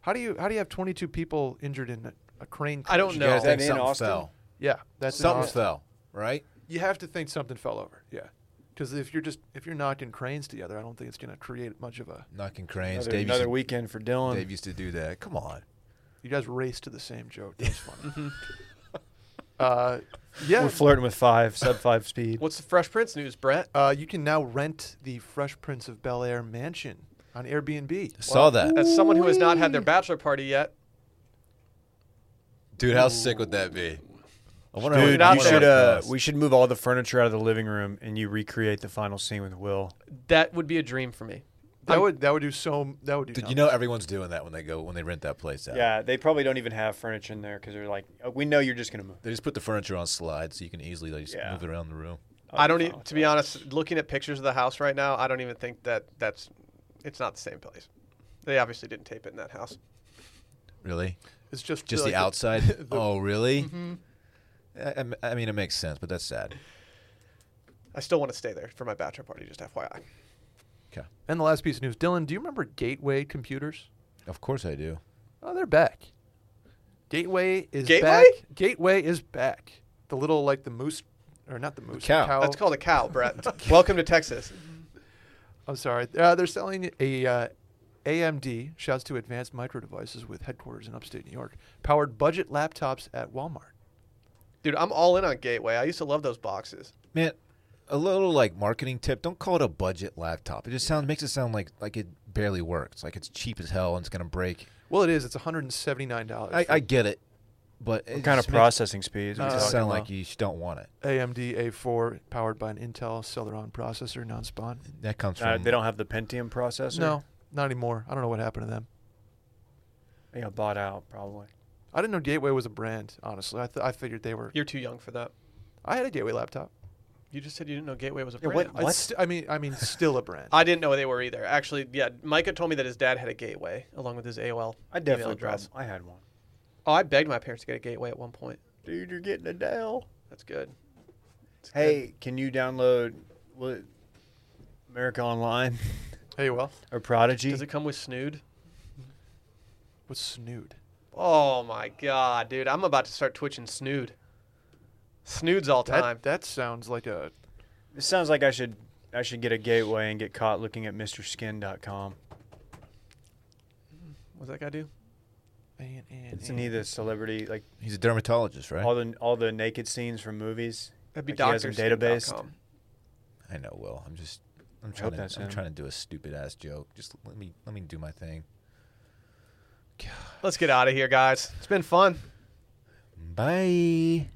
Speaker 4: How do you how do you have 22 people injured in a, a crane?
Speaker 1: I don't
Speaker 4: collision?
Speaker 3: You
Speaker 1: No.
Speaker 3: guys
Speaker 1: Is that
Speaker 3: think
Speaker 2: in
Speaker 3: something
Speaker 2: Austin?
Speaker 3: fell?
Speaker 4: Yeah, that's in
Speaker 3: Something
Speaker 4: Austin.
Speaker 3: fell, right?
Speaker 4: You have to think something fell over. Yeah, because if you're just if you're knocking cranes together, I don't think it's going to create much of a.
Speaker 3: Knocking cranes.
Speaker 2: Another,
Speaker 3: Dave,
Speaker 2: another
Speaker 3: used
Speaker 2: weekend for
Speaker 3: to,
Speaker 2: Dylan.
Speaker 3: Dave used to do that. Come on.
Speaker 4: You guys race to the same joke. That's funny. uh, yeah.
Speaker 2: We're flirting with five, sub five speed.
Speaker 1: What's the Fresh Prince news, Brett?
Speaker 4: uh, you can now rent the Fresh Prince of Bel Air mansion on Airbnb.
Speaker 3: I saw that.
Speaker 1: As someone who has not had their bachelor party yet,
Speaker 3: Dude, how sick would that be? I
Speaker 1: Dude,
Speaker 3: wonder how
Speaker 1: Put
Speaker 2: Dude,
Speaker 1: it
Speaker 3: much
Speaker 1: out
Speaker 2: you
Speaker 3: that
Speaker 1: there.
Speaker 2: should,
Speaker 3: would
Speaker 2: uh,
Speaker 3: cost.
Speaker 2: we should move all the furniture out of the living room and you recreate the final scene with Will.
Speaker 1: that would be a dream for me.
Speaker 4: That would that would do so. That would do.
Speaker 3: Dude, you
Speaker 4: numbers.
Speaker 3: know everyone's doing that when they go when they rent that place out.
Speaker 2: Yeah, they probably don't even have furniture in there because they're like, oh, we know you're just going to move.
Speaker 3: They just put the furniture on slides so you can easily like, just
Speaker 2: Yeah.
Speaker 3: move it around the room.
Speaker 2: Oh,
Speaker 1: I don't. E- to be honest, looking at pictures of the house right now, I don't even think that that's. It's not the same place. They obviously didn't tape it in that house.
Speaker 3: Really?
Speaker 4: It's just
Speaker 3: Just
Speaker 4: like
Speaker 3: the outside?
Speaker 4: the- Mm-hmm.
Speaker 3: oh, really? I, I- I mean, it makes sense, but that's sad.
Speaker 1: I still want to stay there for my bachelor party, just FYI.
Speaker 3: Okay.
Speaker 4: And the last piece of news, Dylan. Do you remember Gateway Computers?
Speaker 3: Of course I do.
Speaker 4: Oh, they're back. Gateway is
Speaker 1: Gateway?
Speaker 4: back. Gateway is back. The little like the moose, or not the moose.
Speaker 3: cow.
Speaker 2: Oh.
Speaker 1: That's called a cow, Brett. Welcome to Texas.
Speaker 4: I'm sorry. Uh, they're selling a uh, AMD, shouts to Advanced Micro Devices with headquarters in upstate New York, powered budget laptops at Walmart.
Speaker 1: Dude, I'm all in on Gateway. I used to love those boxes.
Speaker 3: Man, a little like marketing tip. Don't call it a budget laptop. It just sounds makes it sound like like it barely works. Like it's cheap as hell and it's gonna break.
Speaker 4: Well, it is. It's $179.
Speaker 3: I,
Speaker 4: for
Speaker 3: I get it, but
Speaker 2: What
Speaker 3: it
Speaker 2: kind of
Speaker 3: just makes-
Speaker 2: processing speeds?
Speaker 3: It
Speaker 2: are we
Speaker 4: Uh,
Speaker 3: just
Speaker 2: talking
Speaker 3: sound
Speaker 2: about?
Speaker 3: like you just don't want it.
Speaker 4: AMD A4 powered by an Intel Celeron processor, non-spawn.
Speaker 3: That comes from
Speaker 2: Uh, they don't have the Pentium processor.
Speaker 4: No, not anymore. I don't know what happened to them.
Speaker 2: they got bought out probably.
Speaker 4: I didn't know Gateway was a brand, honestly. I, th- I figured they were.
Speaker 1: You're too young for that.
Speaker 4: I had a Gateway laptop.
Speaker 1: You just said you didn't know Gateway was a
Speaker 2: Yeah,
Speaker 1: brand.
Speaker 2: what-
Speaker 4: It's st- I mean, I mean, still a brand.
Speaker 1: I didn't know they were either. Actually, yeah, Micah told me that his dad had a Gateway along with his AOL
Speaker 2: I
Speaker 1: email
Speaker 2: definitely
Speaker 1: address.
Speaker 2: I had one.
Speaker 1: Oh, I begged my parents to get a Gateway at one point.
Speaker 2: Dude, you're getting a Dell.
Speaker 1: That's good. It's good.
Speaker 2: Hey, can you download what America Online
Speaker 4: Hey, well,
Speaker 2: or Prodigy?
Speaker 1: does it come with snood?
Speaker 4: what's snood?
Speaker 1: Oh my god, dude, I'm about to start twitching snood. Snood's all time.
Speaker 4: That, that sounds like a.
Speaker 2: It sounds like I should I should get a gateway and get caught looking at MrSkin.com.
Speaker 1: What's that guy do?
Speaker 4: An, an,
Speaker 2: It's any of the celebrity like
Speaker 3: He's a dermatologist, right?
Speaker 2: all the all the naked scenes from movies.
Speaker 1: That'd be
Speaker 2: Like he has them
Speaker 1: Doctor database.
Speaker 2: databased?
Speaker 3: I know. Will I'm just. I'm
Speaker 2: hope
Speaker 3: trying
Speaker 2: that's
Speaker 3: to. I'm
Speaker 2: him.
Speaker 3: trying to do a stupid ass joke. Just let me. Let me do my thing.
Speaker 1: Let's get out of here, guys. It's been fun.
Speaker 3: Bye.